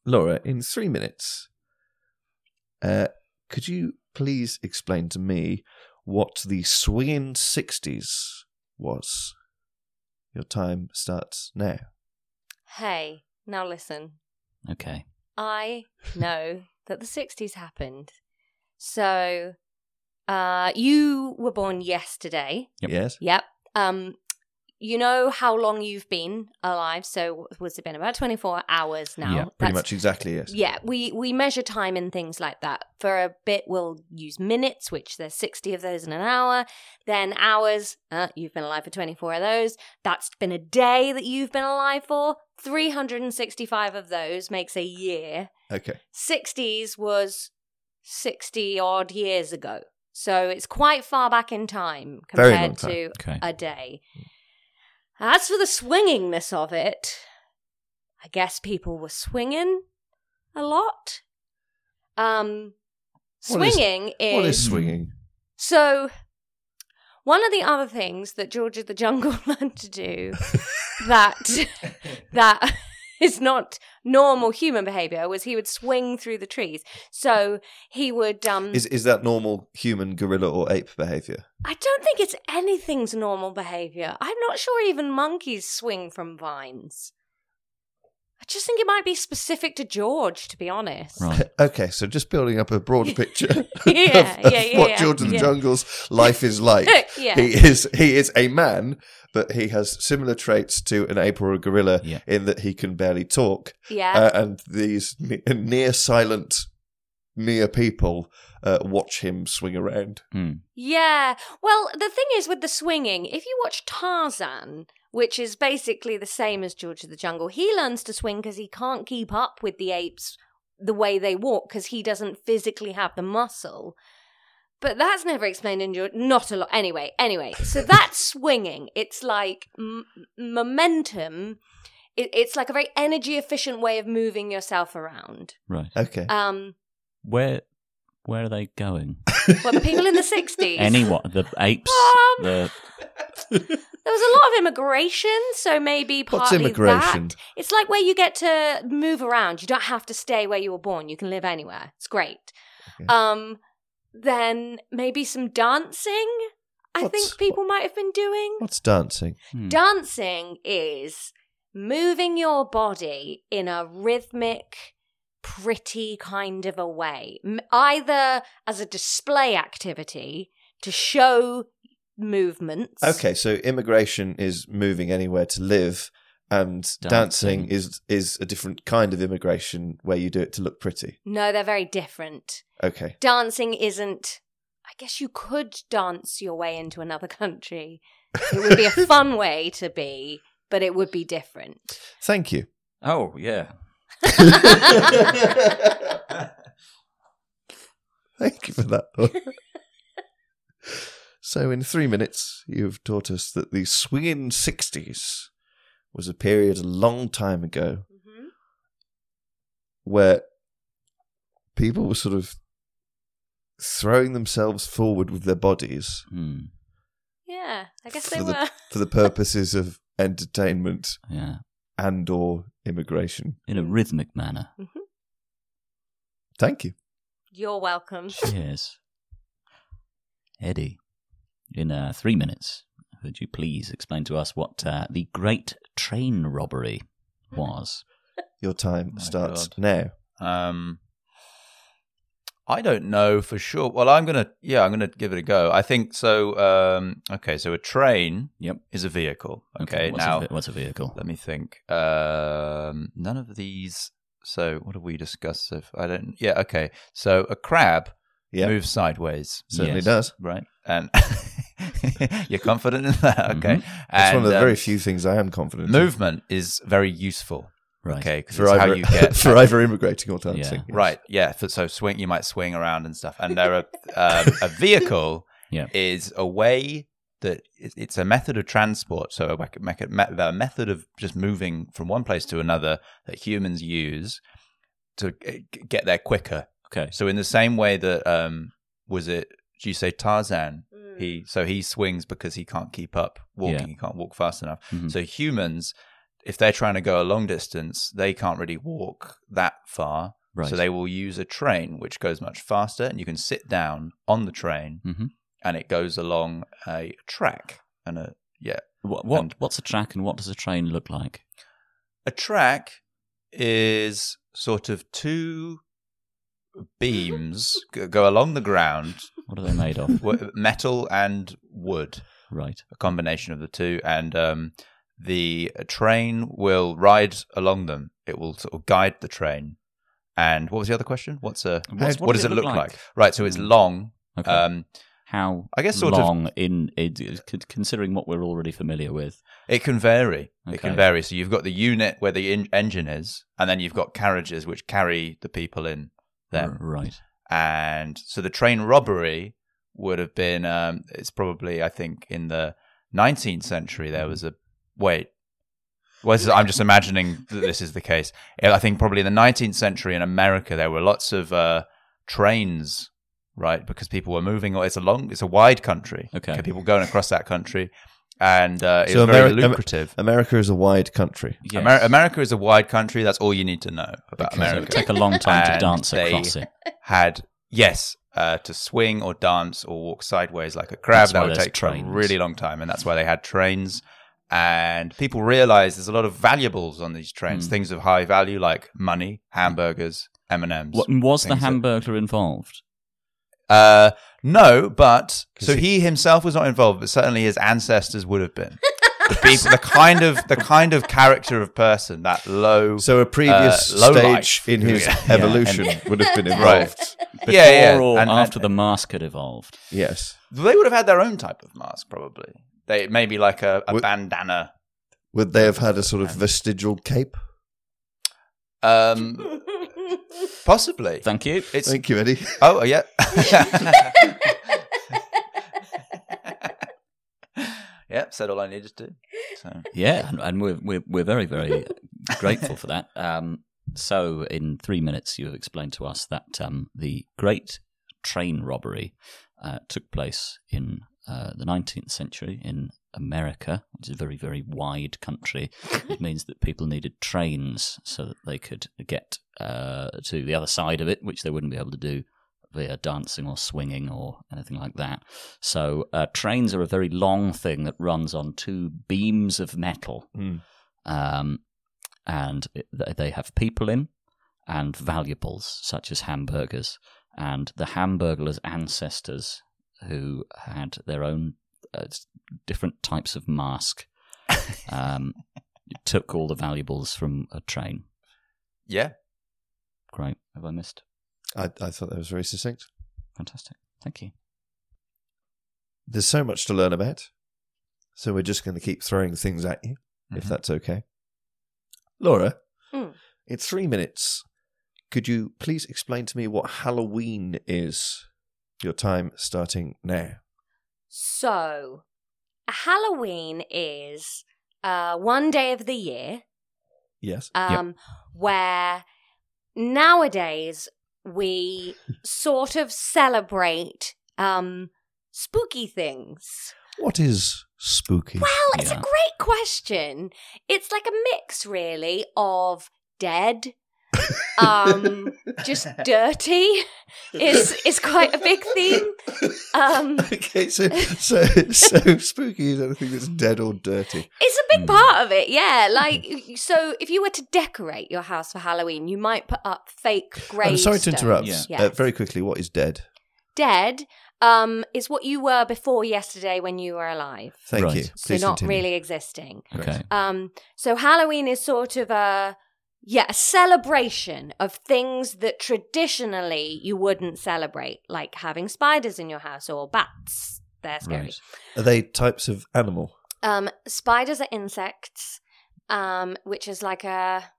Speaker 1: Laura, in three minutes, uh, could you please explain to me what the swinging 60s was? Your time starts now.
Speaker 4: Hey, now listen.
Speaker 2: Okay.
Speaker 4: I know that the 60s happened. So, uh, you were born yesterday.
Speaker 2: Yep.
Speaker 1: Yes?
Speaker 4: Yep. Um, you know how long you've been alive. So was it been about 24 hours now?
Speaker 3: Yeah,
Speaker 1: Pretty
Speaker 4: That's-
Speaker 1: much exactly, yes.
Speaker 4: Yeah, we, we measure time in things like that. For a bit, we'll use minutes, which there's 60 of those in an hour. Then hours, uh, you've been alive for 24 of those. That's been a day that you've been alive for. 365 of those makes a year.
Speaker 1: Okay.
Speaker 4: 60s was 60 odd years ago. So it's quite far back in time
Speaker 1: Very long
Speaker 4: compared
Speaker 1: time.
Speaker 4: to
Speaker 2: Okay.
Speaker 4: a day. As for the swingingness of it, I guess people were swinging a lot. Um,
Speaker 1: What is-
Speaker 4: swinging is,
Speaker 1: What is swinging?
Speaker 4: so. One of the other things that George of the Jungle learned to do that that is not normal human behavior was he would swing through the trees. So he would um
Speaker 1: Is is that normal human, gorilla, or ape behaviour?
Speaker 4: I don't think it's anything's normal behavior. I'm not sure even monkeys swing from vines. I just think it might be specific to George, to be honest.
Speaker 2: Right.
Speaker 1: Okay, so just building up a broad picture
Speaker 4: Yeah,
Speaker 1: of, of
Speaker 4: yeah, yeah,
Speaker 1: what
Speaker 4: yeah,
Speaker 1: George of the
Speaker 4: yeah.
Speaker 1: Jungle's life is like.
Speaker 4: Yeah.
Speaker 1: He is he is a man, but he has similar traits to an ape or a gorilla
Speaker 2: Yeah.
Speaker 1: in that he can barely talk,
Speaker 4: Yeah.
Speaker 1: uh, and these ne- near silent, near people uh, watch him swing around.
Speaker 2: Hmm.
Speaker 4: Yeah. Well, the thing is with the swinging, if you watch Tarzan, which is basically the same as George of the Jungle, he learns to swing because he can't keep up with the apes the way they walk because he doesn't physically have the muscle. But that's never explained in George. Not a lot. Anyway, anyway. So that's swinging. It's like m- momentum. It- it's like a very energy efficient way of moving yourself around.
Speaker 2: Right.
Speaker 1: Okay,
Speaker 4: Um,
Speaker 2: Where where are they going?
Speaker 4: well, the people in the 60s.
Speaker 2: Anyone? The apes?
Speaker 4: Um,
Speaker 2: the
Speaker 4: There was a lot of immigration, so maybe partly
Speaker 1: What's immigration?
Speaker 4: that. It's like where you get to move around. You don't have to stay where you were born. You can live anywhere. It's great.
Speaker 1: Okay.
Speaker 4: Um, then maybe some dancing. I
Speaker 1: What's-
Speaker 4: think people might have been doing.
Speaker 1: what's dancing?
Speaker 2: hmm.
Speaker 4: Dancing is moving your body in a rhythmic, pretty kind of a way, M- either as a display activity to show movements.
Speaker 1: Okay, so immigration is moving anywhere to live, and dancing,
Speaker 2: Dancing.
Speaker 1: is is a different kind of immigration where you do it to look pretty.
Speaker 4: No, they're very different.
Speaker 1: Okay,
Speaker 4: Dancing isn't. I guess you could dance your way into another country. It would be a fun way to be, but it would be different.
Speaker 1: thank you.
Speaker 2: Oh yeah.
Speaker 4: Mm-hmm.
Speaker 1: Thank you for that. so, in three minutes, you've taught us that the swinging sixties was a period a long time ago where people were sort of throwing themselves forward with their bodies
Speaker 2: Hmm.
Speaker 4: Yeah, I guess
Speaker 1: for
Speaker 4: they
Speaker 1: the,
Speaker 4: were.
Speaker 1: for the purposes of entertainment
Speaker 2: Yeah.
Speaker 1: and or immigration.
Speaker 2: In a rhythmic manner.
Speaker 1: Thank you.
Speaker 4: You're welcome.
Speaker 2: Cheers. Eddie, in uh, three minutes, would you please explain to us what uh, the Great Train Robbery was?
Speaker 1: Your time
Speaker 3: My
Speaker 1: starts
Speaker 3: God.
Speaker 1: now.
Speaker 3: Um, I don't know for sure. Well, I'm gonna yeah, I'm gonna give it a go. I think so. Um, okay, so a train
Speaker 2: Yep.
Speaker 3: is a vehicle. Okay,
Speaker 2: what's,
Speaker 3: now
Speaker 2: a, ve- what's a vehicle?
Speaker 3: let me think. Um, none of these. So what have we discussed? So f- I don't. Yeah. Okay. So a crab
Speaker 1: Yeah,
Speaker 3: moves sideways.
Speaker 1: certainly
Speaker 2: Yes.
Speaker 1: does.
Speaker 3: Right. And you're confident in that. Okay.
Speaker 2: Mhm.
Speaker 1: It's
Speaker 3: and,
Speaker 1: Mm-hmm. one of the
Speaker 3: um,
Speaker 1: very few things I am confident. in.
Speaker 3: Movement is very useful.
Speaker 2: Right.
Speaker 3: Okay, because
Speaker 1: for
Speaker 3: it's how
Speaker 1: either,
Speaker 3: you get
Speaker 1: for either immigrating or dancing. yes.
Speaker 3: Right. Yeah. f- So swing, you might swing around and stuff. And there are um, a vehicle
Speaker 2: Yeah.
Speaker 3: is a way that it- it's a method of transport. So a, wec- mec- me- a method of just moving from one place to another that humans use to g- g- get there quicker.
Speaker 2: Okay.
Speaker 3: So in the same way that um, was it? Do you say Tarzan?
Speaker 4: Mm.
Speaker 3: He so he swings because he can't keep up walking.
Speaker 2: Yeah.
Speaker 3: He can't walk fast enough.
Speaker 2: Mhm.
Speaker 3: So humans, if they're trying to go a long distance, they can't really walk that far.
Speaker 2: Right.
Speaker 3: So they will use a train which goes much faster, and you can sit down on the train,
Speaker 2: Mhm.
Speaker 3: and it goes along a track. And a yeah,
Speaker 2: What, what,
Speaker 3: and-
Speaker 2: what's a track and what does a train look like?
Speaker 3: a track is sort of two beams g- go along the ground,
Speaker 2: What are they made of?
Speaker 3: w- metal and wood.
Speaker 2: Right.
Speaker 3: a combination of the two, and um, the train will ride along them. It will sort of guide the train. And what was the other question? What's a
Speaker 2: What's-
Speaker 3: what, does it look, like? Right, so it's
Speaker 2: Hmm.
Speaker 3: long.
Speaker 2: Okay.
Speaker 3: Um,
Speaker 2: How
Speaker 3: I guess sort of-
Speaker 2: long in, in considering what we're already familiar with.
Speaker 3: It can vary. It
Speaker 2: Okay.
Speaker 3: can vary. So you've got the unit where the in- engine is, and then you've got carriages which carry the people in them.
Speaker 2: R- Right.
Speaker 3: And so the train robbery would have been. Um, it's probably I think in the 19th century
Speaker 2: Mm-hmm.
Speaker 3: there was a wait. Well, this is, I'm just imagining that this is the case. I think probably in the 19th century in America there were lots of uh, trains, right? Because people were moving. It's a long, it's a wide country.
Speaker 2: Okay.
Speaker 3: people going across that country, and uh, it's
Speaker 1: So
Speaker 3: very
Speaker 1: Ameri- Am-
Speaker 3: lucrative.
Speaker 1: America is a wide country.
Speaker 2: Yes.
Speaker 3: Amer- America is a wide country. That's all you need to know about
Speaker 2: So it would
Speaker 3: America.
Speaker 2: take a long time to
Speaker 3: And
Speaker 2: dance
Speaker 3: they
Speaker 2: across it.
Speaker 3: Had yes, uh, to swing or dance or walk sideways like a crab.
Speaker 2: That's why
Speaker 3: that would
Speaker 2: there's
Speaker 3: take
Speaker 2: trains.
Speaker 3: a really long time, and that's why they had trains. And people realized there's a lot of valuables on these trains,
Speaker 2: Hmm.
Speaker 3: things of high value like money, hamburgers, M and M's.
Speaker 2: What, was the
Speaker 3: things that-
Speaker 2: Hamburglar involved?
Speaker 3: Uh, no, but so
Speaker 1: he-
Speaker 3: he himself was not involved, but certainly his ancestors would have been. the, people, the kind of the kind of character of person that low.
Speaker 1: So a previous
Speaker 3: Uh, low
Speaker 1: stage
Speaker 3: life.
Speaker 1: in his
Speaker 3: Yeah.
Speaker 1: evolution would have been
Speaker 3: Right.
Speaker 1: involved.
Speaker 2: Before
Speaker 3: yeah,
Speaker 2: or
Speaker 3: and- and-
Speaker 2: after the mask had evolved?
Speaker 1: Yes.
Speaker 3: They would have had their own type of mask, probably. They maybe like a, a
Speaker 1: Would-
Speaker 3: bandana.
Speaker 1: Would they have had a sort of vestigial cape?
Speaker 3: Um, possibly.
Speaker 2: Thank you.
Speaker 3: It's
Speaker 1: Thank you, Eddie.
Speaker 3: oh yeah. yep, said all I needed to. So
Speaker 2: Yeah, and, and we're, we're we're very very grateful for that. Um, so in three minutes, you have explained to us that um, the great train robbery uh, took place in uh, the 19th century in America, which is a very very wide country. it means that people needed trains so that they could get uh, to the other side of it, which they wouldn't be able to do via dancing or swinging or anything like that. So uh, trains are a very long thing that runs on two beams of metal,
Speaker 3: Hmm.
Speaker 1: Mm.
Speaker 2: um, and it, th- they have people in and valuables such as hamburgers. And the hamburger's ancestors, who had their own uh, s- different types of mask, um, took all the valuables from a train.
Speaker 3: yeah.
Speaker 2: Great. Have I missed?
Speaker 1: I, I thought that was very succinct.
Speaker 2: Fantastic. Thank you.
Speaker 1: There's so much to learn about. So we're just going to keep throwing things at you, if that's okay. Laura,
Speaker 4: Mm.
Speaker 1: in three minutes, could you please explain to me what Halloween is? Your time starting now.
Speaker 4: So, Halloween is uh, one day of the year
Speaker 1: Yes.
Speaker 4: um, where nowadays we sort of celebrate um, spooky things.
Speaker 1: What is spooky?
Speaker 4: Well, it's
Speaker 2: Yeah.
Speaker 4: a great question. It's like a mix, really, of dead, um, just dirty is is quite a big theme. Um,
Speaker 1: okay, so so so spooky is anything that's dead or dirty.
Speaker 4: It's a big
Speaker 1: Hmm.
Speaker 2: Mm.
Speaker 4: part of it, yeah. Like, so if you were to decorate your house for Halloween, you might put up fake
Speaker 1: I'm
Speaker 4: graves.
Speaker 1: sorry to interrupt.
Speaker 2: Yeah.
Speaker 4: Yeah.
Speaker 1: Uh, very quickly, what is dead?
Speaker 4: Dead um, is what you were before yesterday when you were alive.
Speaker 1: Thank
Speaker 2: Right.
Speaker 1: you.
Speaker 4: So
Speaker 1: Please
Speaker 4: not
Speaker 1: continue.
Speaker 4: really existing.
Speaker 1: Great.
Speaker 2: Okay.
Speaker 4: Um, so Halloween is sort of a yeah a celebration of things that traditionally you wouldn't celebrate, like having spiders in your house or bats. They're scary.
Speaker 2: Right.
Speaker 1: Are they types of animal?
Speaker 4: Um, spiders are insects, um, which is like a.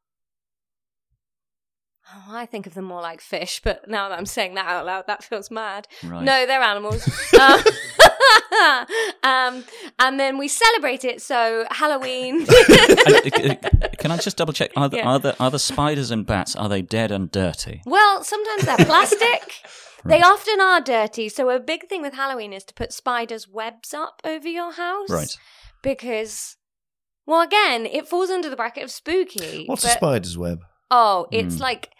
Speaker 4: Oh, I think of them more like fish, but now that I'm saying that out loud, that feels mad.
Speaker 2: Right.
Speaker 4: No, they're animals. um, um, and then we celebrate it, so Halloween.
Speaker 2: And, uh, uh, Can I just double check? Are the,
Speaker 4: Yeah.
Speaker 2: are, the, are the spiders and bats are they dead and dirty?
Speaker 4: well, sometimes they're plastic. They
Speaker 2: Right.
Speaker 4: often are dirty. So a big thing with Halloween is to put spiders' webs up over your house,
Speaker 2: Right.
Speaker 4: Because, well, again, it falls under the bracket of spooky.
Speaker 1: What's a
Speaker 4: but-
Speaker 1: spider's web?
Speaker 4: Oh, it's
Speaker 2: Mm.
Speaker 4: like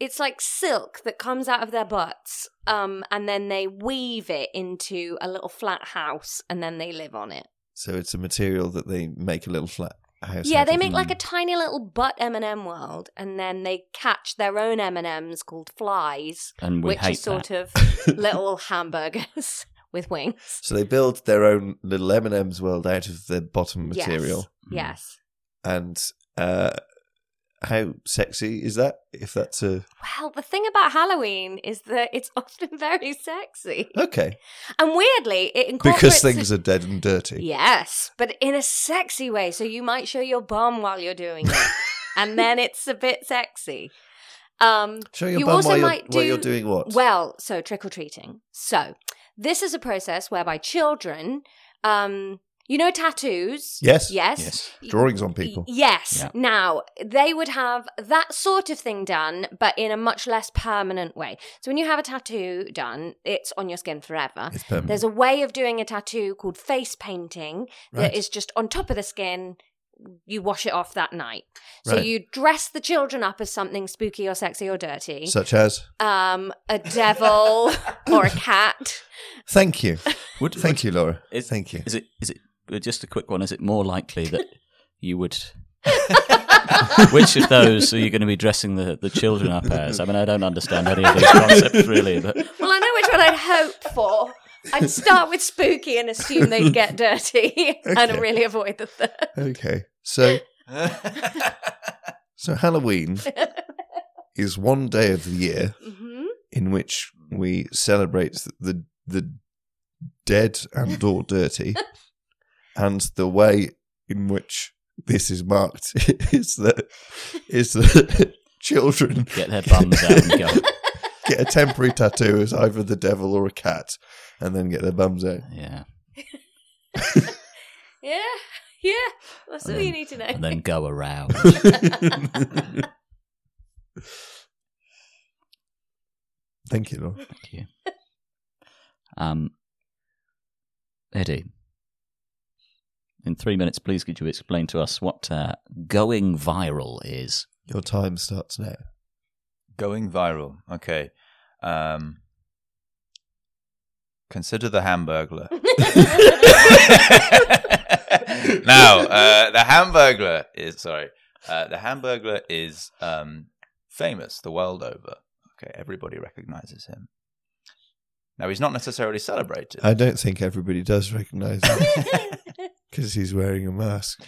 Speaker 4: it's like silk that comes out of their butts, um, and then they weave it into a little flat house, and then they live on it.
Speaker 1: So it's a material that they make a little flat house.
Speaker 4: yeah,
Speaker 1: out
Speaker 4: they
Speaker 1: of.
Speaker 4: make like a
Speaker 2: Mm.
Speaker 4: tiny little butt M and M world, and then they catch their own M and M's called flies,
Speaker 2: And we
Speaker 4: which
Speaker 2: hate
Speaker 4: are sort
Speaker 2: that.
Speaker 4: of little hamburgers with wings.
Speaker 1: So they build their own little M and M's world out of the bottom
Speaker 4: Yes.
Speaker 1: material,
Speaker 4: Yes.
Speaker 1: and uh, how sexy is that? If that's a
Speaker 4: Well, the thing about Halloween is that it's often very sexy.
Speaker 1: okay,
Speaker 4: And weirdly, it incorporates
Speaker 1: because things are dead and dirty.
Speaker 4: Yes, but in a sexy way. So you might show your bum while you're doing it, and then it's a bit sexy. Um,
Speaker 1: Show your
Speaker 4: you
Speaker 1: bum
Speaker 4: also
Speaker 1: while, you're,
Speaker 4: might
Speaker 1: while
Speaker 4: do-
Speaker 1: you're doing what?
Speaker 4: Well, so trick or treating. So this is a process whereby children, um, you know, tattoos.
Speaker 1: Yes.
Speaker 4: Yes.
Speaker 3: Yes.
Speaker 1: Drawings on people.
Speaker 4: Yes.
Speaker 3: Yeah.
Speaker 4: Now, they would have that sort of thing done, but in a much less permanent way. So, when you have a tattoo done, it's on your skin forever.
Speaker 1: It's permanent.
Speaker 4: There's a way of doing a tattoo called face painting
Speaker 1: Right.
Speaker 4: that is just on top of the skin. You wash it off that night. So,
Speaker 1: Right.
Speaker 4: you dress the children up as something spooky or sexy or dirty
Speaker 1: Such as,
Speaker 4: um, a devil or a cat.
Speaker 1: thank you,
Speaker 2: Would,
Speaker 1: thank you, Laura.
Speaker 2: Is,
Speaker 1: thank you.
Speaker 2: Is it? Is it? uh, Just a quick one. Is it more likely that you would? Which of those are you going to be dressing the, the children up as? I mean, I don't understand any of these concepts really, but
Speaker 4: Well, I know which one I'd hope for. I'd start with spooky and assume they'd get dirty and
Speaker 1: Okay.
Speaker 4: really avoid the third.
Speaker 1: Okay, so so Halloween is one day of the year
Speaker 4: hmm
Speaker 1: in which we celebrate the the dead and or dirty, and the way in which this is marked is that is that children
Speaker 2: get their bums out and go.
Speaker 1: get a temporary tattoo as either the devil or a cat, and then get their bums out.
Speaker 2: Yeah,
Speaker 4: Yeah, yeah. That's all you need to know.
Speaker 2: and then go around.
Speaker 1: Thank you, Laura.
Speaker 2: Thank you. Um, Eddie, in three minutes, please could you explain to us what uh, going viral is?
Speaker 1: Your time starts now.
Speaker 3: Going viral. Okay. Um, consider the Hamburglar. now, uh, the Hamburglar is sorry. Uh, the Hamburglar is um, famous the world over. Okay, everybody recognizes him. Now he's not necessarily celebrated.
Speaker 1: I don't think everybody does recognise him because he's wearing a mask.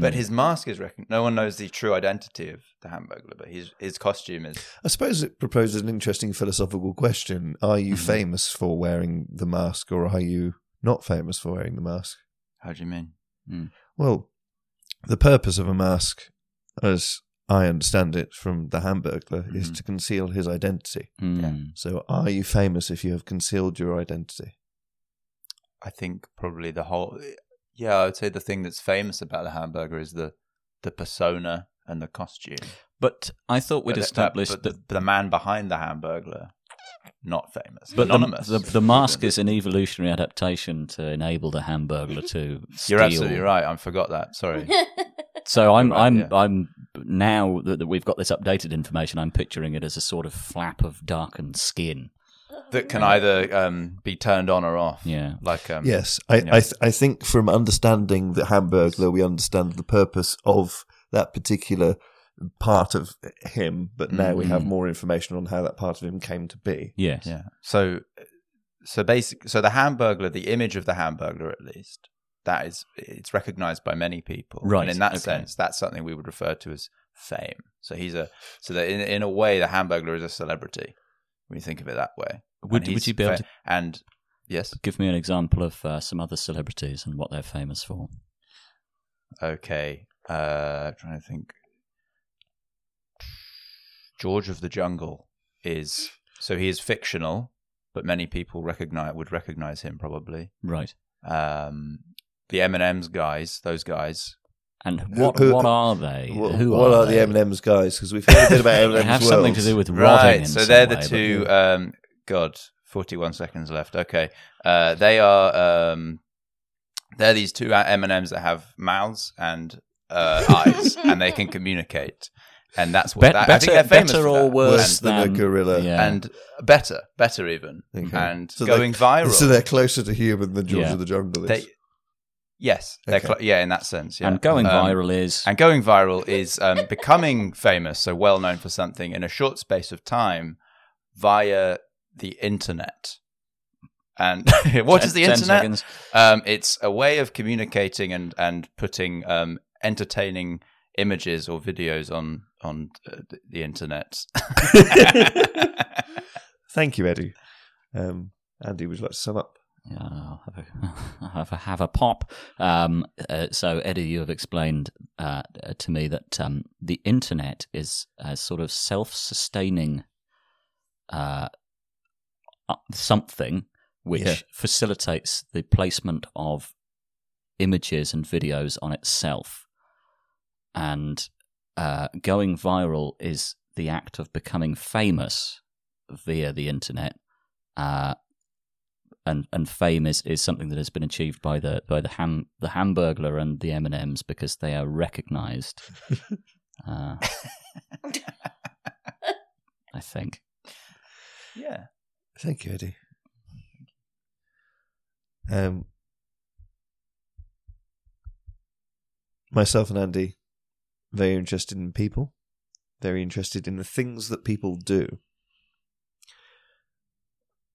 Speaker 3: But his mask is recon No one knows the true identity of the Hamburglar, but his his costume is
Speaker 1: I suppose it proposes an interesting philosophical question: Are you
Speaker 3: Mm-hmm.
Speaker 1: famous for wearing the mask, or are you not famous for wearing the mask?
Speaker 3: how do you mean?
Speaker 1: Well, the purpose of a mask, as I understand it from the Hamburglar,
Speaker 3: Mm-hmm.
Speaker 1: is to conceal his identity.
Speaker 2: Mm.
Speaker 1: So, are you famous if you have concealed your identity?
Speaker 3: I think probably the whole. Yeah, I would say the thing that's famous about the hamburger is the the persona and the costume.
Speaker 2: But I thought we'd
Speaker 3: But that-
Speaker 2: established
Speaker 3: but
Speaker 2: that
Speaker 3: the, the man behind the hamburger, not famous,
Speaker 2: But the-
Speaker 3: anonymous.
Speaker 2: The, the, mask is an evolutionary adaptation to enable the Hamburglar to steal.
Speaker 3: You're absolutely right. I forgot that. Sorry.
Speaker 2: So I'm,
Speaker 3: You're right,
Speaker 2: I'm,
Speaker 3: yeah.
Speaker 2: I'm now that, that we've got this updated information, I'm picturing it as a sort of flap of darkened skin.
Speaker 3: that can either um, be turned on or off.
Speaker 2: Yeah.
Speaker 3: Like um,
Speaker 1: Yes, I
Speaker 3: you know,
Speaker 1: I, th- I think from understanding the Hamburglar, we understand the purpose of that particular part of him, but now we
Speaker 3: Mm-hmm.
Speaker 1: have
Speaker 2: Mhm.
Speaker 1: more information on how that part of him came to be.
Speaker 2: Yes.
Speaker 3: Yeah. So, so basic. So the Hamburglar, the image of the Hamburglar, at least that is, it's recognised by many people.
Speaker 2: Right,
Speaker 3: And in that
Speaker 2: okay.
Speaker 3: sense, that's something we would refer to as fame. So he's a. So that in in a way, the Hamburglar is a celebrity. When you think of it that way, And
Speaker 2: Would- would
Speaker 3: he's
Speaker 2: you be able to-
Speaker 3: And yes.
Speaker 2: Give me an example of uh, some other celebrities and what they're famous for.
Speaker 3: Okay. Uh, trying to think. George of the Jungle is so he is fictional, but many people recognize would recognize him probably.
Speaker 2: Right.
Speaker 3: um, the M and M's guys, those guys.
Speaker 2: And
Speaker 1: Who-
Speaker 2: what,
Speaker 1: who-
Speaker 2: what are they?
Speaker 1: Wh-
Speaker 2: Who
Speaker 1: what
Speaker 2: are,
Speaker 1: are, the M and M's guys? Because we've heard a bit about M and
Speaker 2: They
Speaker 1: M's.
Speaker 2: have something to do with rotting. in
Speaker 3: so
Speaker 2: some
Speaker 3: they're the
Speaker 2: way, but-
Speaker 3: two. Um, God, forty-one seconds left. Okay, uh, they are. Um, they're these two M and M's that have mouths and uh, eyes, and they can communicate. And that's what
Speaker 2: Bet-
Speaker 3: that, I
Speaker 2: better-
Speaker 3: think they're famous
Speaker 2: better
Speaker 3: for
Speaker 2: or
Speaker 3: that.
Speaker 2: worse
Speaker 3: And-
Speaker 1: than a
Speaker 2: than-
Speaker 1: gorilla.
Speaker 2: yeah.
Speaker 3: and better, better even,
Speaker 1: Okay.
Speaker 3: and
Speaker 1: So they're-
Speaker 3: going viral.
Speaker 1: So they're closer to human than George
Speaker 2: Yeah.
Speaker 1: of the Jungle is.
Speaker 3: They- yes, they're
Speaker 1: Okay.
Speaker 3: cl- yeah, in that sense. Yeah.
Speaker 2: and going
Speaker 3: Um,
Speaker 2: viral is
Speaker 3: And going viral is um, becoming famous, so well known for something in a short space of time via the internet. And what is the
Speaker 2: Ten- ten
Speaker 3: internet?
Speaker 2: seconds.
Speaker 3: Um, it's a way of communicating and and putting um, entertaining images or videos on on uh, th- the internet.
Speaker 1: Thank you, Eddie. Um, Andy, would you like to sum up?
Speaker 2: Yeah, I'll have a, I'll have a, have a pop. Um, uh, so, Eddie, you have explained uh, to me that um, the internet is a sort of self sustaining uh, uh, something which
Speaker 1: Yeah.
Speaker 2: facilitates the placement of images and videos on itself. And uh, going viral is the act of becoming famous via the internet. Uh, and and fame is, is something that has been achieved by the by the ham the Hamburglar and the M and M's because they are recognised. uh, I think.
Speaker 3: yeah.
Speaker 1: Thank you, Eddie. Um, myself and Andy, very interested in people, very interested in the things that people do.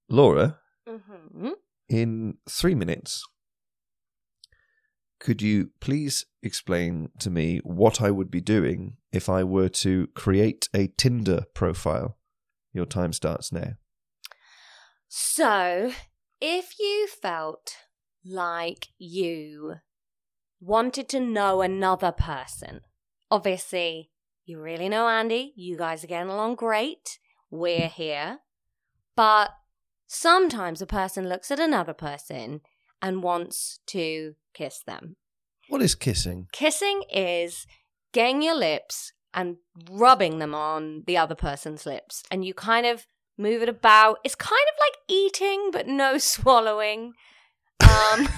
Speaker 1: Laura,
Speaker 4: Mm-hmm.
Speaker 1: in three minutes, could you please explain to me what I would be doing if I were to create a Tinder profile? Your time starts now.
Speaker 4: So, if you felt like you wanted to know another person, obviously, you really know Andy, you guys are getting along great, we're here. But sometimes a person looks at another person and wants to kiss them.
Speaker 1: What is kissing?
Speaker 4: Kissing is getting your lips and rubbing them on the other person's lips, and you kind of move it about. It's kind of like eating, but no swallowing. Um,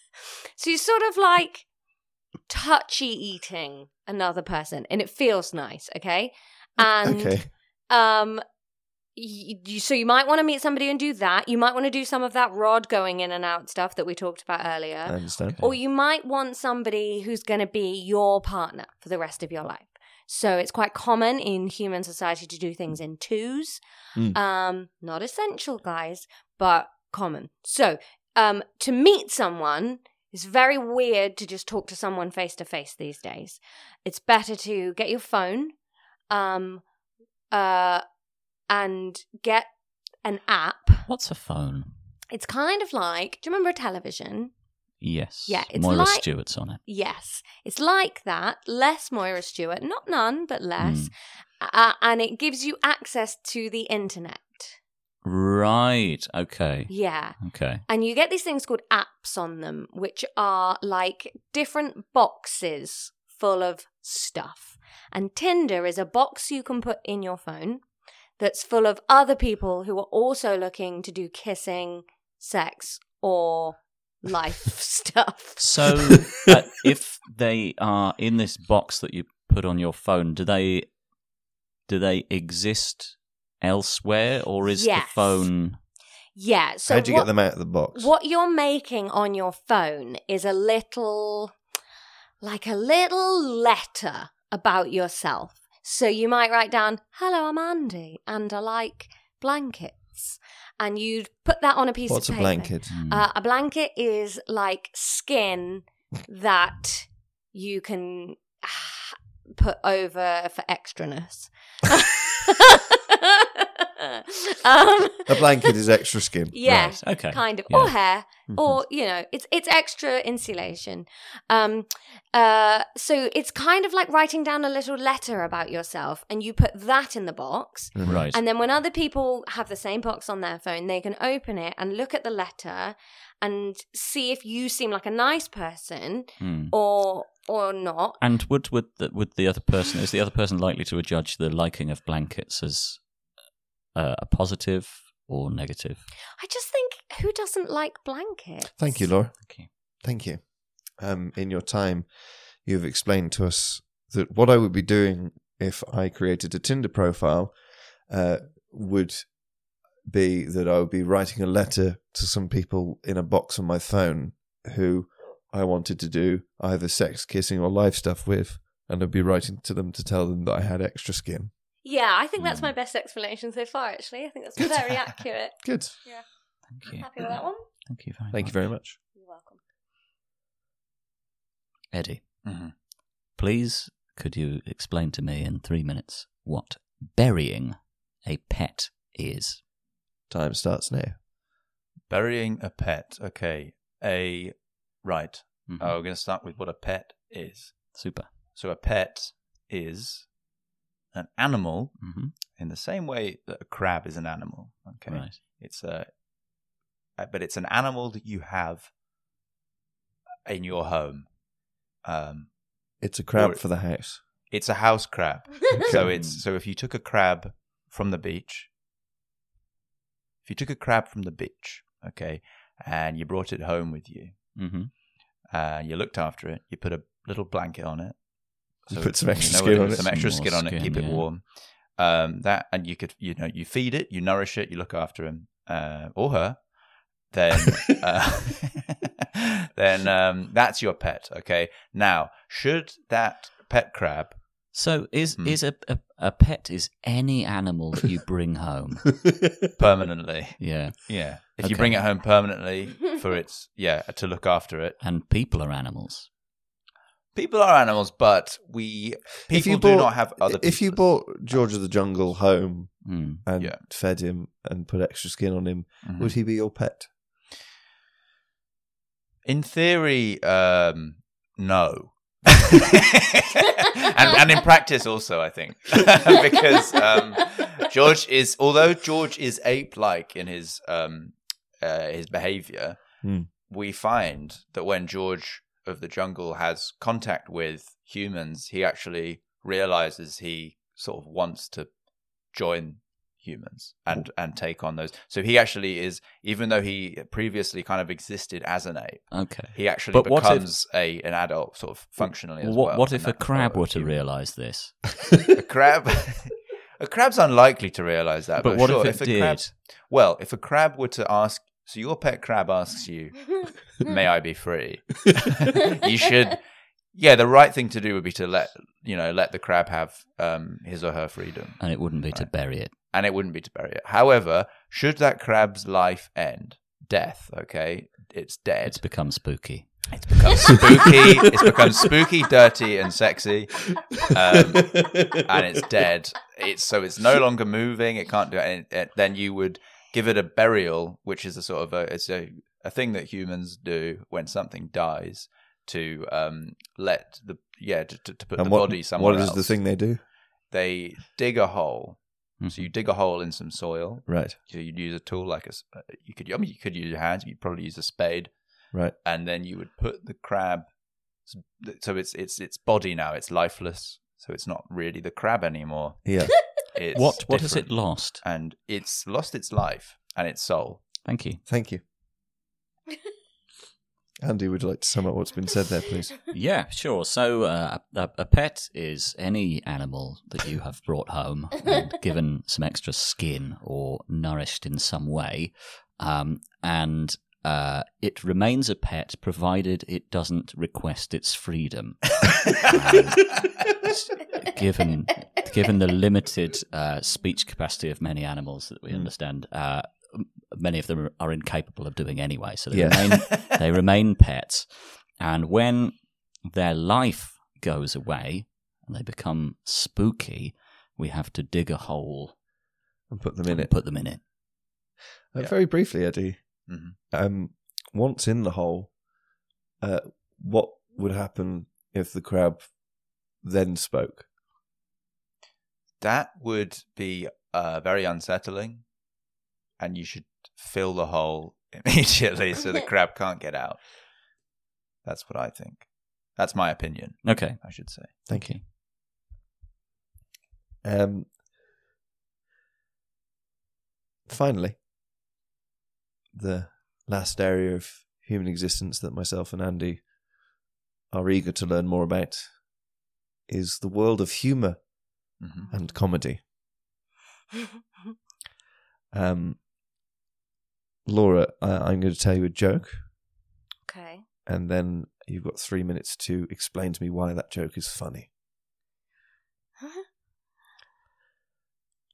Speaker 4: so you sort of like touchy eating another person, and it feels nice, okay? And
Speaker 1: okay.
Speaker 4: um, you, you, so you might want to meet somebody and do that. You might want to do some of that rod going in and out stuff that we talked about earlier.
Speaker 1: I understand.
Speaker 4: Or you might want somebody who's going to be your partner for the rest of your life. So it's quite common in human society to do things in twos.
Speaker 1: Mm.
Speaker 4: Um, not essential, guys, but common. So um, to meet someone, it's very weird to just talk to someone face to face these days. It's better to get your phone um, uh, and get an app.
Speaker 2: What's a phone?
Speaker 4: It's kind of like, do you remember a television?
Speaker 2: Yes.
Speaker 4: Yeah, it's
Speaker 2: Moira
Speaker 4: like-
Speaker 2: Stewart's on it.
Speaker 4: Yes, it's like that. Less Moira Stewart, not none,
Speaker 1: Hmm.
Speaker 4: but less, uh, and it gives you access to the internet.
Speaker 2: Right. Okay.
Speaker 4: Yeah,
Speaker 2: Okay.
Speaker 4: and you get these things called apps on them, which are like different boxes full of stuff. And Tinder is a box you can put in your phone that's full of other people who are also looking to do kissing, sex, or life stuff.
Speaker 2: So, uh, if they are in this box that you put on your phone, do they do they exist elsewhere, or is
Speaker 4: Yes.
Speaker 2: the phone?
Speaker 4: Yeah. So
Speaker 1: How'd you
Speaker 4: what-
Speaker 1: get them out of the box?
Speaker 4: What you're making on your phone is a little, like a little letter about yourself. So you might write down, hello, I'm Andy, and I like blankets. And you'd put that on a piece
Speaker 1: What's a
Speaker 4: of paper.
Speaker 1: blanket?
Speaker 4: Uh, a blanket is like skin that you can ah, put over for extraness. um,
Speaker 1: A blanket is extra skin.
Speaker 4: yeah,
Speaker 2: Right, okay.
Speaker 4: kind of,
Speaker 2: Yeah. Mm-hmm.
Speaker 4: or hair, or you know, it's it's extra insulation. Um, uh, so it's kind of like writing down a little letter about yourself, and you put that in the box,
Speaker 2: Right.
Speaker 4: and then when other people have the same box on their phone, they can open it and look at the letter and see if you seem like a nice person
Speaker 2: Hmm.
Speaker 4: or or not.
Speaker 2: And would would the, would the other person is the other person likely to judge the liking of blankets as uh, a positive or negative?
Speaker 4: I just think who doesn't like blankets?
Speaker 1: Thank you, Laura.
Speaker 2: Thank you.
Speaker 1: Thank you. Um, in your time, you've explained to us that what I would be doing if I created a Tinder profile uh, would be that I would be writing a letter to some people in a box on my phone who I wanted to do either sex, kissing, or live stuff with, and I'd be writing to them to tell them that I had extra skin.
Speaker 4: Yeah, I think that's
Speaker 2: Mm.
Speaker 4: my best explanation so far. Actually, I think that's very accurate.
Speaker 1: Good.
Speaker 2: Thank you.
Speaker 4: Happy with that one?
Speaker 2: Thank you very
Speaker 1: Thank
Speaker 2: much.
Speaker 1: you very much.
Speaker 4: You're welcome.
Speaker 2: Eddie,
Speaker 3: Mhm.
Speaker 2: please could you explain to me in three minutes what burying a pet is?
Speaker 1: Time starts now.
Speaker 3: Burying a pet. Okay. A right.
Speaker 2: Mhm.
Speaker 3: Uh, we're going to start with what a pet is.
Speaker 2: Super.
Speaker 3: So a pet is an animal
Speaker 2: hmm
Speaker 3: in the same way that a crab is an animal. Okay.
Speaker 2: Right.
Speaker 3: It's a, uh, but it's an animal that you have in your home. Um,
Speaker 1: It's a crab
Speaker 3: Or-
Speaker 1: for the house.
Speaker 3: it's a house crab. so it's so if you took a crab from the beach, if you took a crab from the beach, okay, and you brought it home with you,
Speaker 2: hmm
Speaker 3: and you looked after it, you put a little blanket on it,
Speaker 1: You put some
Speaker 3: you
Speaker 1: extra
Speaker 3: know
Speaker 1: skin
Speaker 3: it-
Speaker 1: on it.
Speaker 3: some extra
Speaker 2: More
Speaker 3: skin on it,
Speaker 2: skin,
Speaker 3: keep it
Speaker 2: yeah.
Speaker 3: warm. Um, that and you could you know you feed it, you nourish it, you look after him uh, or her, then uh, then um, that's your pet. Okay, now should that pet crab
Speaker 2: So is
Speaker 3: Hmm.
Speaker 2: is a, a a pet is any animal that you bring home?
Speaker 3: permanently?
Speaker 2: yeah,
Speaker 3: Yeah. If
Speaker 2: Okay.
Speaker 3: you bring it home permanently for its yeah, to look after it.
Speaker 2: and people are animals.
Speaker 3: People are animals, but we people do not have other
Speaker 1: If you
Speaker 3: people's-
Speaker 1: bought George of the Jungle home
Speaker 2: Mm.
Speaker 1: and
Speaker 3: Yeah.
Speaker 1: fed him and put extra skin on him,
Speaker 2: Mm-hmm.
Speaker 3: Mhm.
Speaker 1: would he be your pet?
Speaker 3: in theory, um no. and and in practice also, I think. because um George is although George is ape like in his um uh, his behavior,
Speaker 1: Hmm.
Speaker 3: we find that when George of the jungle has contact with humans, he actually realizes he sort of wants to join humans and and take on those. So he actually is even though he previously kind of existed as an ape,
Speaker 2: Okay.
Speaker 3: he actually
Speaker 2: But what if-
Speaker 3: becomes a an adult sort of functionally as
Speaker 2: what
Speaker 3: well.
Speaker 2: what
Speaker 3: in
Speaker 2: if a
Speaker 3: that
Speaker 2: crab
Speaker 3: role
Speaker 2: were
Speaker 3: of
Speaker 2: to
Speaker 3: human.
Speaker 2: realise this?
Speaker 3: A crab A crab's unlikely to realize that,
Speaker 2: But
Speaker 3: but,
Speaker 2: what
Speaker 3: sure,
Speaker 2: if it
Speaker 3: a crab,
Speaker 2: did?
Speaker 3: well, if a crab were to ask, so your pet crab asks you, "May I be free?" you should, yeah. The right thing to do would be to let you know let the crab have um, his or her freedom,
Speaker 2: And it wouldn't be to bury it.
Speaker 3: and it wouldn't be to bury it. However, should that crab's life end, death, okay, it's dead.
Speaker 2: It's become spooky.
Speaker 3: It's become spooky. it's become spooky, dirty, and sexy, um, and it's dead. It's so it's no longer moving. It can't do it. And it- Then you would give it a burial, which is a sort of a it's a, a thing that humans do when something dies to um, let the yeah to, to, to put the
Speaker 1: what,
Speaker 3: body somewhere.
Speaker 1: what is the
Speaker 3: else.
Speaker 1: thing Mm-hmm. they do?
Speaker 3: They dig a hole. So
Speaker 2: Mhm.
Speaker 3: you dig a hole in some soil.
Speaker 1: Right,
Speaker 3: So you'd use a tool like a s- uh, you could. I mean, you could use your hands. but You'd probably use a spade
Speaker 1: right.
Speaker 3: and then you would put the crab so it's it's its body now it's lifeless so it's not really the crab anymore
Speaker 1: Yeah.
Speaker 3: it's
Speaker 2: what what has it
Speaker 3: different.
Speaker 2: lost?
Speaker 3: and it's lost its life and its soul
Speaker 2: Thank you.
Speaker 1: Thank you. Andy, would you like to sum up what's been said there, please?
Speaker 2: Yeah, sure. So uh, a, a pet is any animal that you have brought home and given some extra skin or nourished in some way, um, and uh, it remains a pet provided it doesn't request its freedom. Um, given given the limited uh, speech capacity of many animals that we
Speaker 4: Hmm.
Speaker 2: understand, uh, m- many of them are incapable of doing anyway. So they
Speaker 1: Yeah.
Speaker 2: remain they remain pets, and when their life goes away and they become spooky, we have to dig a hole
Speaker 1: And put them in
Speaker 2: and
Speaker 1: it.
Speaker 2: put them in it.
Speaker 1: Uh,
Speaker 3: Yeah.
Speaker 1: Very briefly, Eddie.
Speaker 3: Mhm.
Speaker 1: Um, once in the hole, uh, what would happen if the crab then spoke?
Speaker 3: that would be uh, very unsettling and you should fill the hole immediately so the crab can't get out that's what i think that's my opinion
Speaker 2: Okay,
Speaker 3: i should say
Speaker 1: Thank you. Um, finally, the last area of human existence that myself and Andy are eager to learn more about is the world of humour
Speaker 3: hmm
Speaker 1: and comedy. um, Laura, I- I'm going to tell you a joke,
Speaker 4: okay.
Speaker 1: and then you've got three minutes to explain to me why that joke is funny.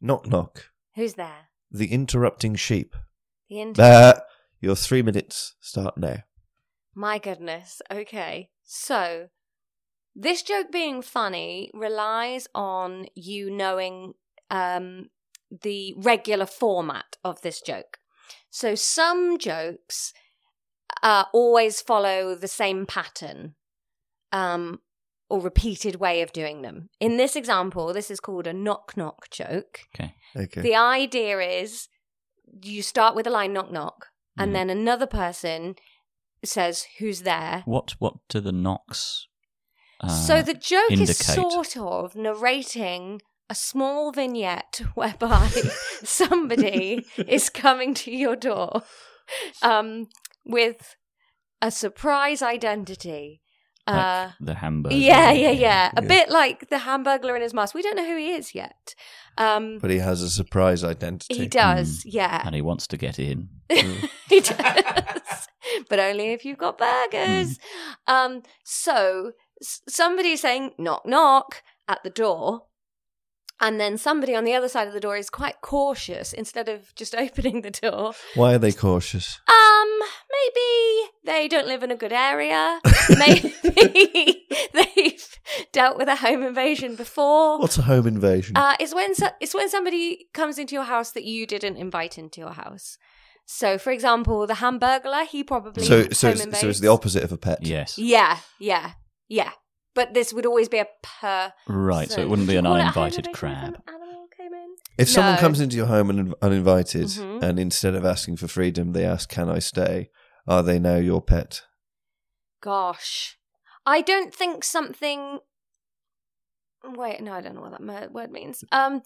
Speaker 1: Knock knock.
Speaker 4: Who's there?
Speaker 1: The interrupting sheep.
Speaker 4: The The intern.
Speaker 1: Uh, your three minutes start now.
Speaker 4: My goodness. Okay. So, this joke being funny relies on you knowing um, the regular format of this joke. So, some jokes uh, always follow the same pattern um, or repeated way of doing them. In this example, this is called a knock knock joke.
Speaker 2: Okay.
Speaker 1: Okay.
Speaker 4: The idea is you start with a line knock knock, and
Speaker 2: Mhm.
Speaker 4: then another person says, Who's there?
Speaker 2: What what do the knocks? Uh,
Speaker 4: so the joke
Speaker 2: indicate?
Speaker 4: is sort of narrating a small vignette whereby somebody is coming to your door um, with a surprise identity.
Speaker 2: Like
Speaker 4: Uh,
Speaker 2: the hamburger.
Speaker 4: yeah, yeah, yeah. A
Speaker 1: Yeah.
Speaker 4: bit like the hamburglar in his mask. We don't know who he is yet. Um,
Speaker 1: But he has a surprise identity.
Speaker 4: he does,
Speaker 2: Mm.
Speaker 4: yeah.
Speaker 2: And he wants to get in.
Speaker 4: he does, but only if you've got burgers. Um, so s- somebody's saying knock knock at the door, and then somebody on the other side of the door is quite cautious instead of just opening the door.
Speaker 1: Why are they cautious?
Speaker 4: Um, maybe they don't live in a good area. maybe they've dealt with a home invasion before.
Speaker 1: What's a home
Speaker 2: Mm.
Speaker 1: invasion?
Speaker 4: Uh, it's when so- it's when somebody comes into your house that you didn't invite into your house. So, for example, the Hamburglar, he probably
Speaker 1: so, so,
Speaker 4: home
Speaker 1: it's, so it's
Speaker 4: invades.
Speaker 1: the opposite of a pet.
Speaker 2: Yes.
Speaker 4: Yeah, yeah, yeah. But this would always be a per.
Speaker 2: Right. So, it wouldn't be an uninvited crab.
Speaker 1: If someone
Speaker 4: No.
Speaker 1: comes into your home un- uninvited
Speaker 4: Mhm.
Speaker 1: and instead of asking for freedom, they ask, Can I stay? Are they now your pet?
Speaker 4: Gosh, I don't think something. Wait, no, I don't know what that mer- word means. Um,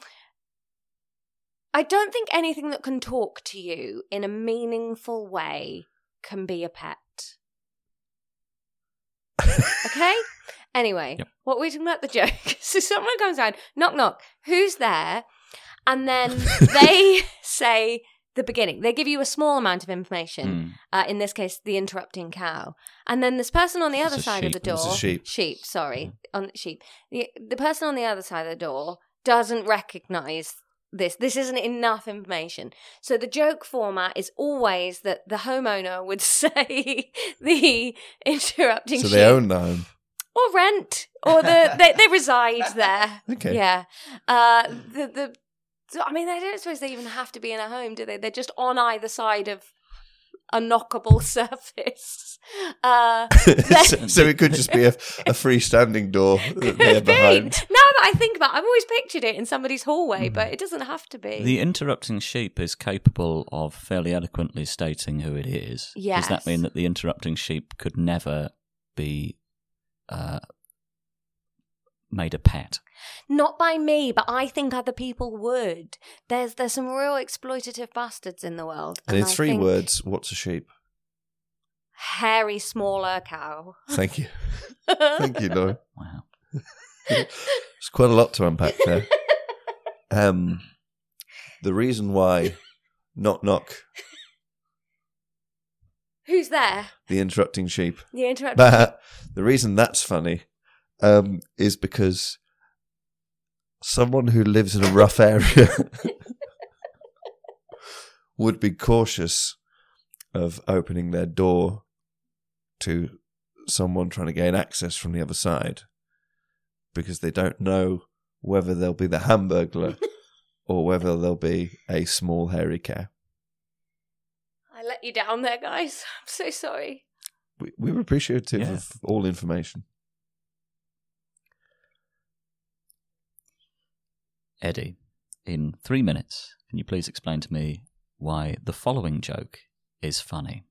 Speaker 4: I don't think anything that can talk to you in a meaningful way can be a pet. Okay. Anyway,
Speaker 2: Yep.
Speaker 4: what we're talking about the joke. So someone comes down, knock knock. Who's there? And then they say the beginning. They give you a small amount of information
Speaker 2: Mm.
Speaker 4: uh, in this case, the interrupting cow. And then this person on the
Speaker 2: It's
Speaker 4: other
Speaker 2: a
Speaker 4: side of
Speaker 2: sheep.
Speaker 4: the door,
Speaker 1: It's a sheep. Mm.
Speaker 4: sheep, sorry, on sheep. The, the person on the other side of the door doesn't recognize this. This isn't enough information. So the joke format is always that the homeowner would say the interrupting
Speaker 1: So
Speaker 4: sheep
Speaker 1: they own the home.
Speaker 4: or rent or the they, they reside there.
Speaker 1: Okay.
Speaker 4: Yeah. Uh, the the. So, I mean, I don't suppose they even have to be in a home, do they? They're just on either side of a knockable surface. Uh,
Speaker 1: so, so it could just be a, a freestanding door that they're
Speaker 4: could be. Now
Speaker 1: behind.
Speaker 4: that I think about, it, I've always pictured it in somebody's
Speaker 1: Hmm.
Speaker 4: hallway, but it doesn't have to be.
Speaker 2: The interrupting sheep is capable of fairly eloquently stating who it is. Does
Speaker 4: Yes.
Speaker 2: that mean that the interrupting sheep could never be uh, made a pet?
Speaker 4: Not by me, but I think other people would. There's there's some real exploitative bastards in the world,
Speaker 1: And in
Speaker 4: I
Speaker 1: three
Speaker 4: think
Speaker 1: words, what's a sheep?
Speaker 4: hairy smaller cow.
Speaker 1: Thank you. Thank you, Lauren.
Speaker 2: Wow.
Speaker 1: It's quite a lot to unpack there. Um, the reason why knock knock
Speaker 4: Who's there?
Speaker 1: the interrupting sheep.
Speaker 4: The interrupting.
Speaker 1: That the reason that's funny um, is because someone who lives in a rough area would be cautious of opening their door to someone trying to gain access from the other side because they don't know whether they'll be the hamburglar or whether they'll be a small hairy cow.
Speaker 4: I let you down there, guys. I'm so sorry.
Speaker 1: We, we were appreciative
Speaker 2: Yeah.
Speaker 1: of all information.
Speaker 2: Eddie, in three minutes, can you please explain to me why the following joke is funny?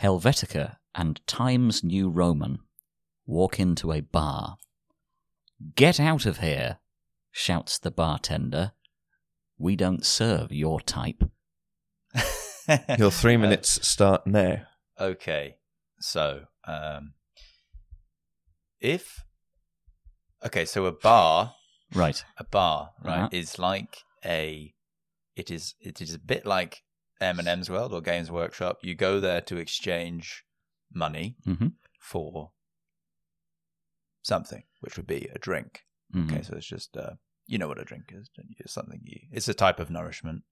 Speaker 2: Helvetica and Times New Roman walk into a bar. Get out of here, shouts the bartender. We don't serve your type.
Speaker 1: Your
Speaker 3: Uh,
Speaker 1: three minutes start now.
Speaker 3: Okay. So, um, if okay, so a bar,
Speaker 2: Right.
Speaker 3: a bar, right,
Speaker 2: Uh-huh.
Speaker 3: is like a, it is, it is a bit like M and M's World or Games Workshop. You go there to exchange money
Speaker 2: Mm-hmm.
Speaker 3: for something, which would be a drink.
Speaker 2: Mm-hmm. Mm.
Speaker 3: Okay, so it's just uh, you know what a drink is, don't you? It's something you. It's a type of nourishment.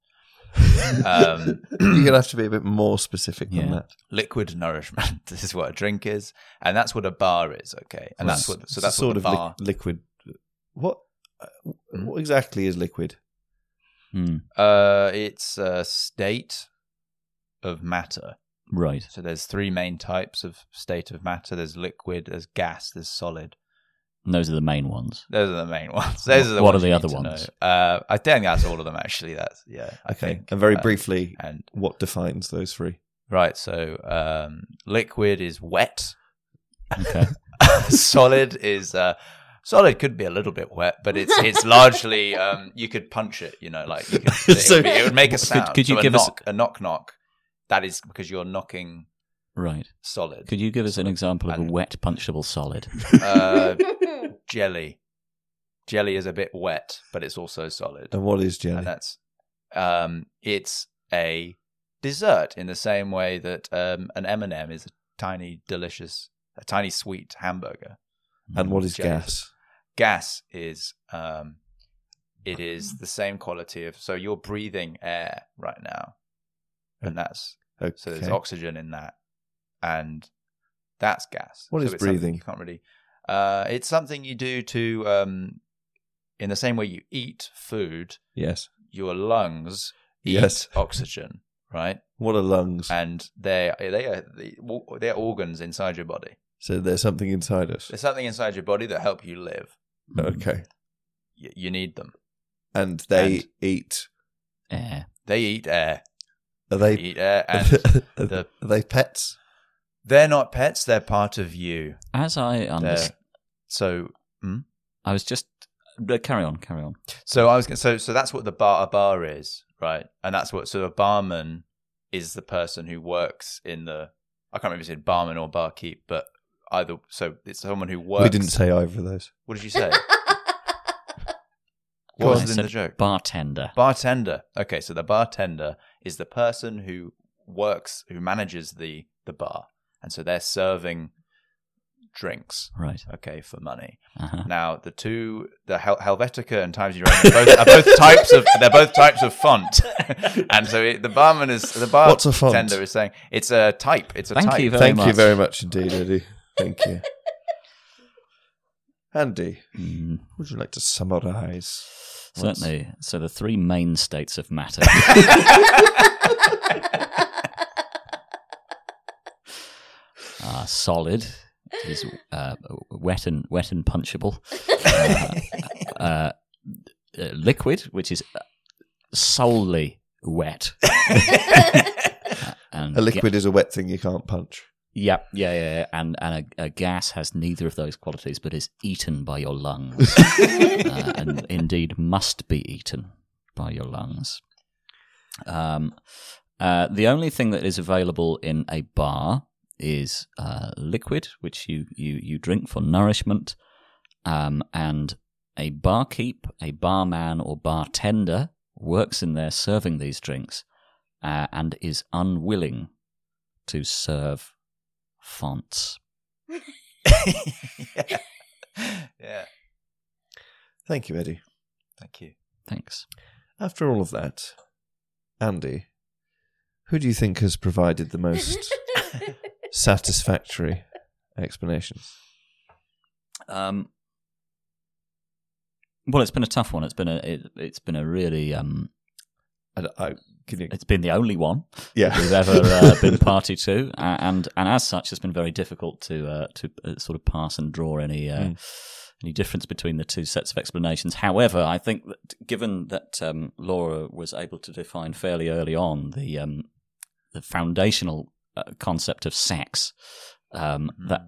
Speaker 3: Um,
Speaker 1: You're going to have to be a bit more specific than
Speaker 2: Yeah.
Speaker 1: that.
Speaker 3: liquid nourishment. This is what a drink is, and that's what a bar is. Okay, and that's what. So
Speaker 1: It's
Speaker 3: that's
Speaker 1: sort
Speaker 3: what a
Speaker 1: of li-
Speaker 3: bar. Mm.
Speaker 1: liquid. What? uh, What exactly is liquid?
Speaker 2: Hmm.
Speaker 3: uh, it's a state of matter.
Speaker 2: Right.
Speaker 3: So there's three main types of state of matter. There's liquid, there's gas, there's solid.
Speaker 2: And those are the main ones.
Speaker 3: Those are the main ones. Those are the
Speaker 2: What
Speaker 3: ones
Speaker 2: are the
Speaker 3: you
Speaker 2: other
Speaker 3: need to
Speaker 2: ones?
Speaker 3: know. Uh, I think that's all of them. Actually, that's yeah. I
Speaker 1: Okay,
Speaker 3: think.
Speaker 1: and very
Speaker 3: Uh,
Speaker 1: briefly,
Speaker 3: and
Speaker 1: what defines those three?
Speaker 3: right, so um, liquid is wet.
Speaker 2: Okay.
Speaker 3: solid is uh, solid could be a little bit wet, but it's it's largely um, you could punch it. You know, like you could,
Speaker 1: So-
Speaker 3: it, would make a sound.
Speaker 2: could you
Speaker 3: So a
Speaker 2: give us-
Speaker 3: knock, a knock knock? That is because you're knocking
Speaker 2: right.
Speaker 3: solid.
Speaker 2: Could you give us an example of a
Speaker 3: And-
Speaker 2: wet punchable solid?
Speaker 3: uh, jelly. Jelly is a bit wet, but it's also solid.
Speaker 2: Oh,
Speaker 1: And what is jelly?
Speaker 3: And that's um, it's a dessert in the same way that um, an M and m is a tiny delicious, a tiny sweet hamburger. Mm.
Speaker 1: And what is
Speaker 3: jelly.
Speaker 1: gas?
Speaker 3: Gas is um, it is the same quality of so you're breathing air right now, and
Speaker 1: Mm.
Speaker 3: that's
Speaker 1: Okay.
Speaker 3: so there's oxygen in that, and that's gas.
Speaker 1: What
Speaker 3: so
Speaker 1: is
Speaker 3: it's something
Speaker 1: breathing?
Speaker 3: You can't really. Uh, it's something you do to, um, in the same way you eat food,
Speaker 1: yes.
Speaker 3: your lungs eat
Speaker 1: Yes.
Speaker 3: oxygen, right?
Speaker 1: What are lungs?
Speaker 3: And they they are the- they are organs inside your body.
Speaker 1: so there's something inside us.
Speaker 3: There's something inside your body that help you live.
Speaker 1: Okay.
Speaker 3: You, you need them.
Speaker 1: And they
Speaker 3: And-
Speaker 1: eat.
Speaker 2: Air.
Speaker 3: They eat air.
Speaker 1: Are
Speaker 3: They
Speaker 1: they?
Speaker 3: eat air,
Speaker 1: Are,
Speaker 3: and
Speaker 1: they-
Speaker 3: the-
Speaker 1: are they pets?
Speaker 3: they're not pets. They're part of you.
Speaker 2: As I understand,
Speaker 3: They're- So
Speaker 2: I was just. uh, Carry on, carry on.
Speaker 3: So I was gonna, so so that's what the bar a bar is, right? And that's what so a barman is the person who works in the I can't remember if it's barman or barkeep, but either so it's someone who works.
Speaker 1: We didn't say either of those.
Speaker 3: What did you say?
Speaker 2: Go
Speaker 3: what
Speaker 2: on, I
Speaker 3: was in
Speaker 2: said
Speaker 3: the joke?
Speaker 2: Bartender.
Speaker 3: bartender. Okay, so the bartender is the person who works who manages the the bar, and so they're serving drinks.
Speaker 2: Right.
Speaker 3: Okay, for money.
Speaker 2: Uh-huh.
Speaker 3: Now the two, the Hel- Helvetica and Times New Roman, are both, are both types of they're both types of font, and so it, the barman is the bartender
Speaker 1: What's a font?
Speaker 3: is saying it's a type. It's a
Speaker 2: Thank
Speaker 3: type.
Speaker 2: you very
Speaker 1: Thank you
Speaker 2: much.
Speaker 1: very much indeed, Eddie. Thank you. Andy,
Speaker 2: Mm,
Speaker 1: would you like to summarise? what's-
Speaker 2: certainly. So the three main states of matter. are solid is uh, wet and wet and punchable. Uh, uh, uh, liquid, which is uh, solely wet. and
Speaker 1: A liquid is a wet thing you can't punch.
Speaker 2: yeah, yeah, yeah, yeah. And and a, a gas has neither of those qualities, but is eaten by your lungs, uh, and indeed must be eaten by your lungs. Um, uh, the only thing that is available in a bar is uh, liquid, which you you you drink for nourishment, um, and a barkeep, a barman, or bartender works in there serving these drinks, uh, and is unwilling to serve fonts.
Speaker 3: yeah. yeah,
Speaker 1: Thank you, Eddie.
Speaker 3: thank you.
Speaker 2: Thanks.
Speaker 1: After all of that, Andy, who do you think has provided the most satisfactory explanations?
Speaker 2: Um, well, it's been a tough one. It's been a it, it's been a really um,
Speaker 1: I, I, can you,
Speaker 2: it's been the only one
Speaker 1: yeah,
Speaker 2: we've ever uh, been party to, uh, and and as such, it's been very difficult to uh, to uh, sort of pass and draw any uh, any difference between the two sets of explanations. However, I think that given that um, Laura was able to define fairly early on the um, the foundational uh, concept of sex, um, that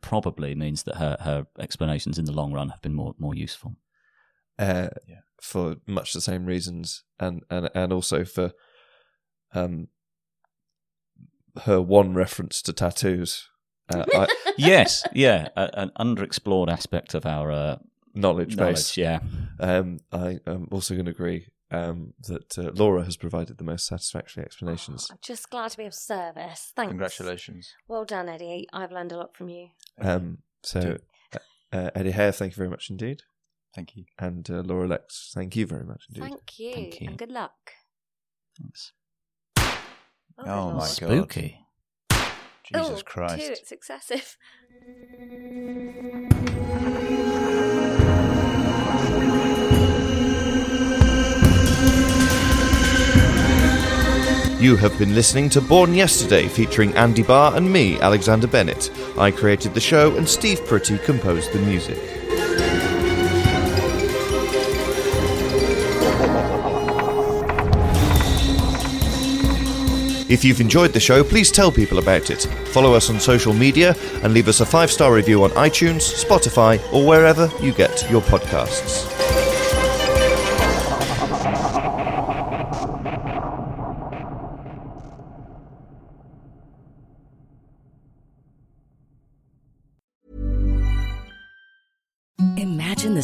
Speaker 2: probably means that her, her explanations in the long run have been more more useful.
Speaker 1: uh, for much the same reasons, and and and also for um her one reference to tattoos. Uh, I,
Speaker 2: yes, yeah, a, an underexplored aspect of our uh,
Speaker 1: knowledge
Speaker 2: knowledge.
Speaker 1: base.
Speaker 2: Yeah,
Speaker 1: Um, I am also going to agree um, that uh, Laura has provided the most satisfactory explanations.
Speaker 4: I'm just glad to be of service. Thanks.
Speaker 3: Congratulations.
Speaker 4: Well done, Eddie. I've learned a lot from you.
Speaker 1: Um, so, uh, uh, Eddie Hare, thank you very much indeed.
Speaker 3: Thank you.
Speaker 1: And uh, Laura Lex, thank you very much indeed.
Speaker 4: Thank you.
Speaker 2: Thank you.
Speaker 4: And good luck.
Speaker 3: Oh, my god.
Speaker 2: Spooky.
Speaker 3: Jesus
Speaker 4: Ooh, Oh, Two,
Speaker 3: Christ.
Speaker 4: it's excessive.
Speaker 1: You have been listening to Born Yesterday featuring Andy Barr and me, Alexander Bennett. I created the show and Steve Pretty composed the music. If you've enjoyed the show, please tell people about it. Follow us on social media and leave us a five star review on iTunes, Spotify, or wherever you get your podcasts.
Speaker 6: Imagine the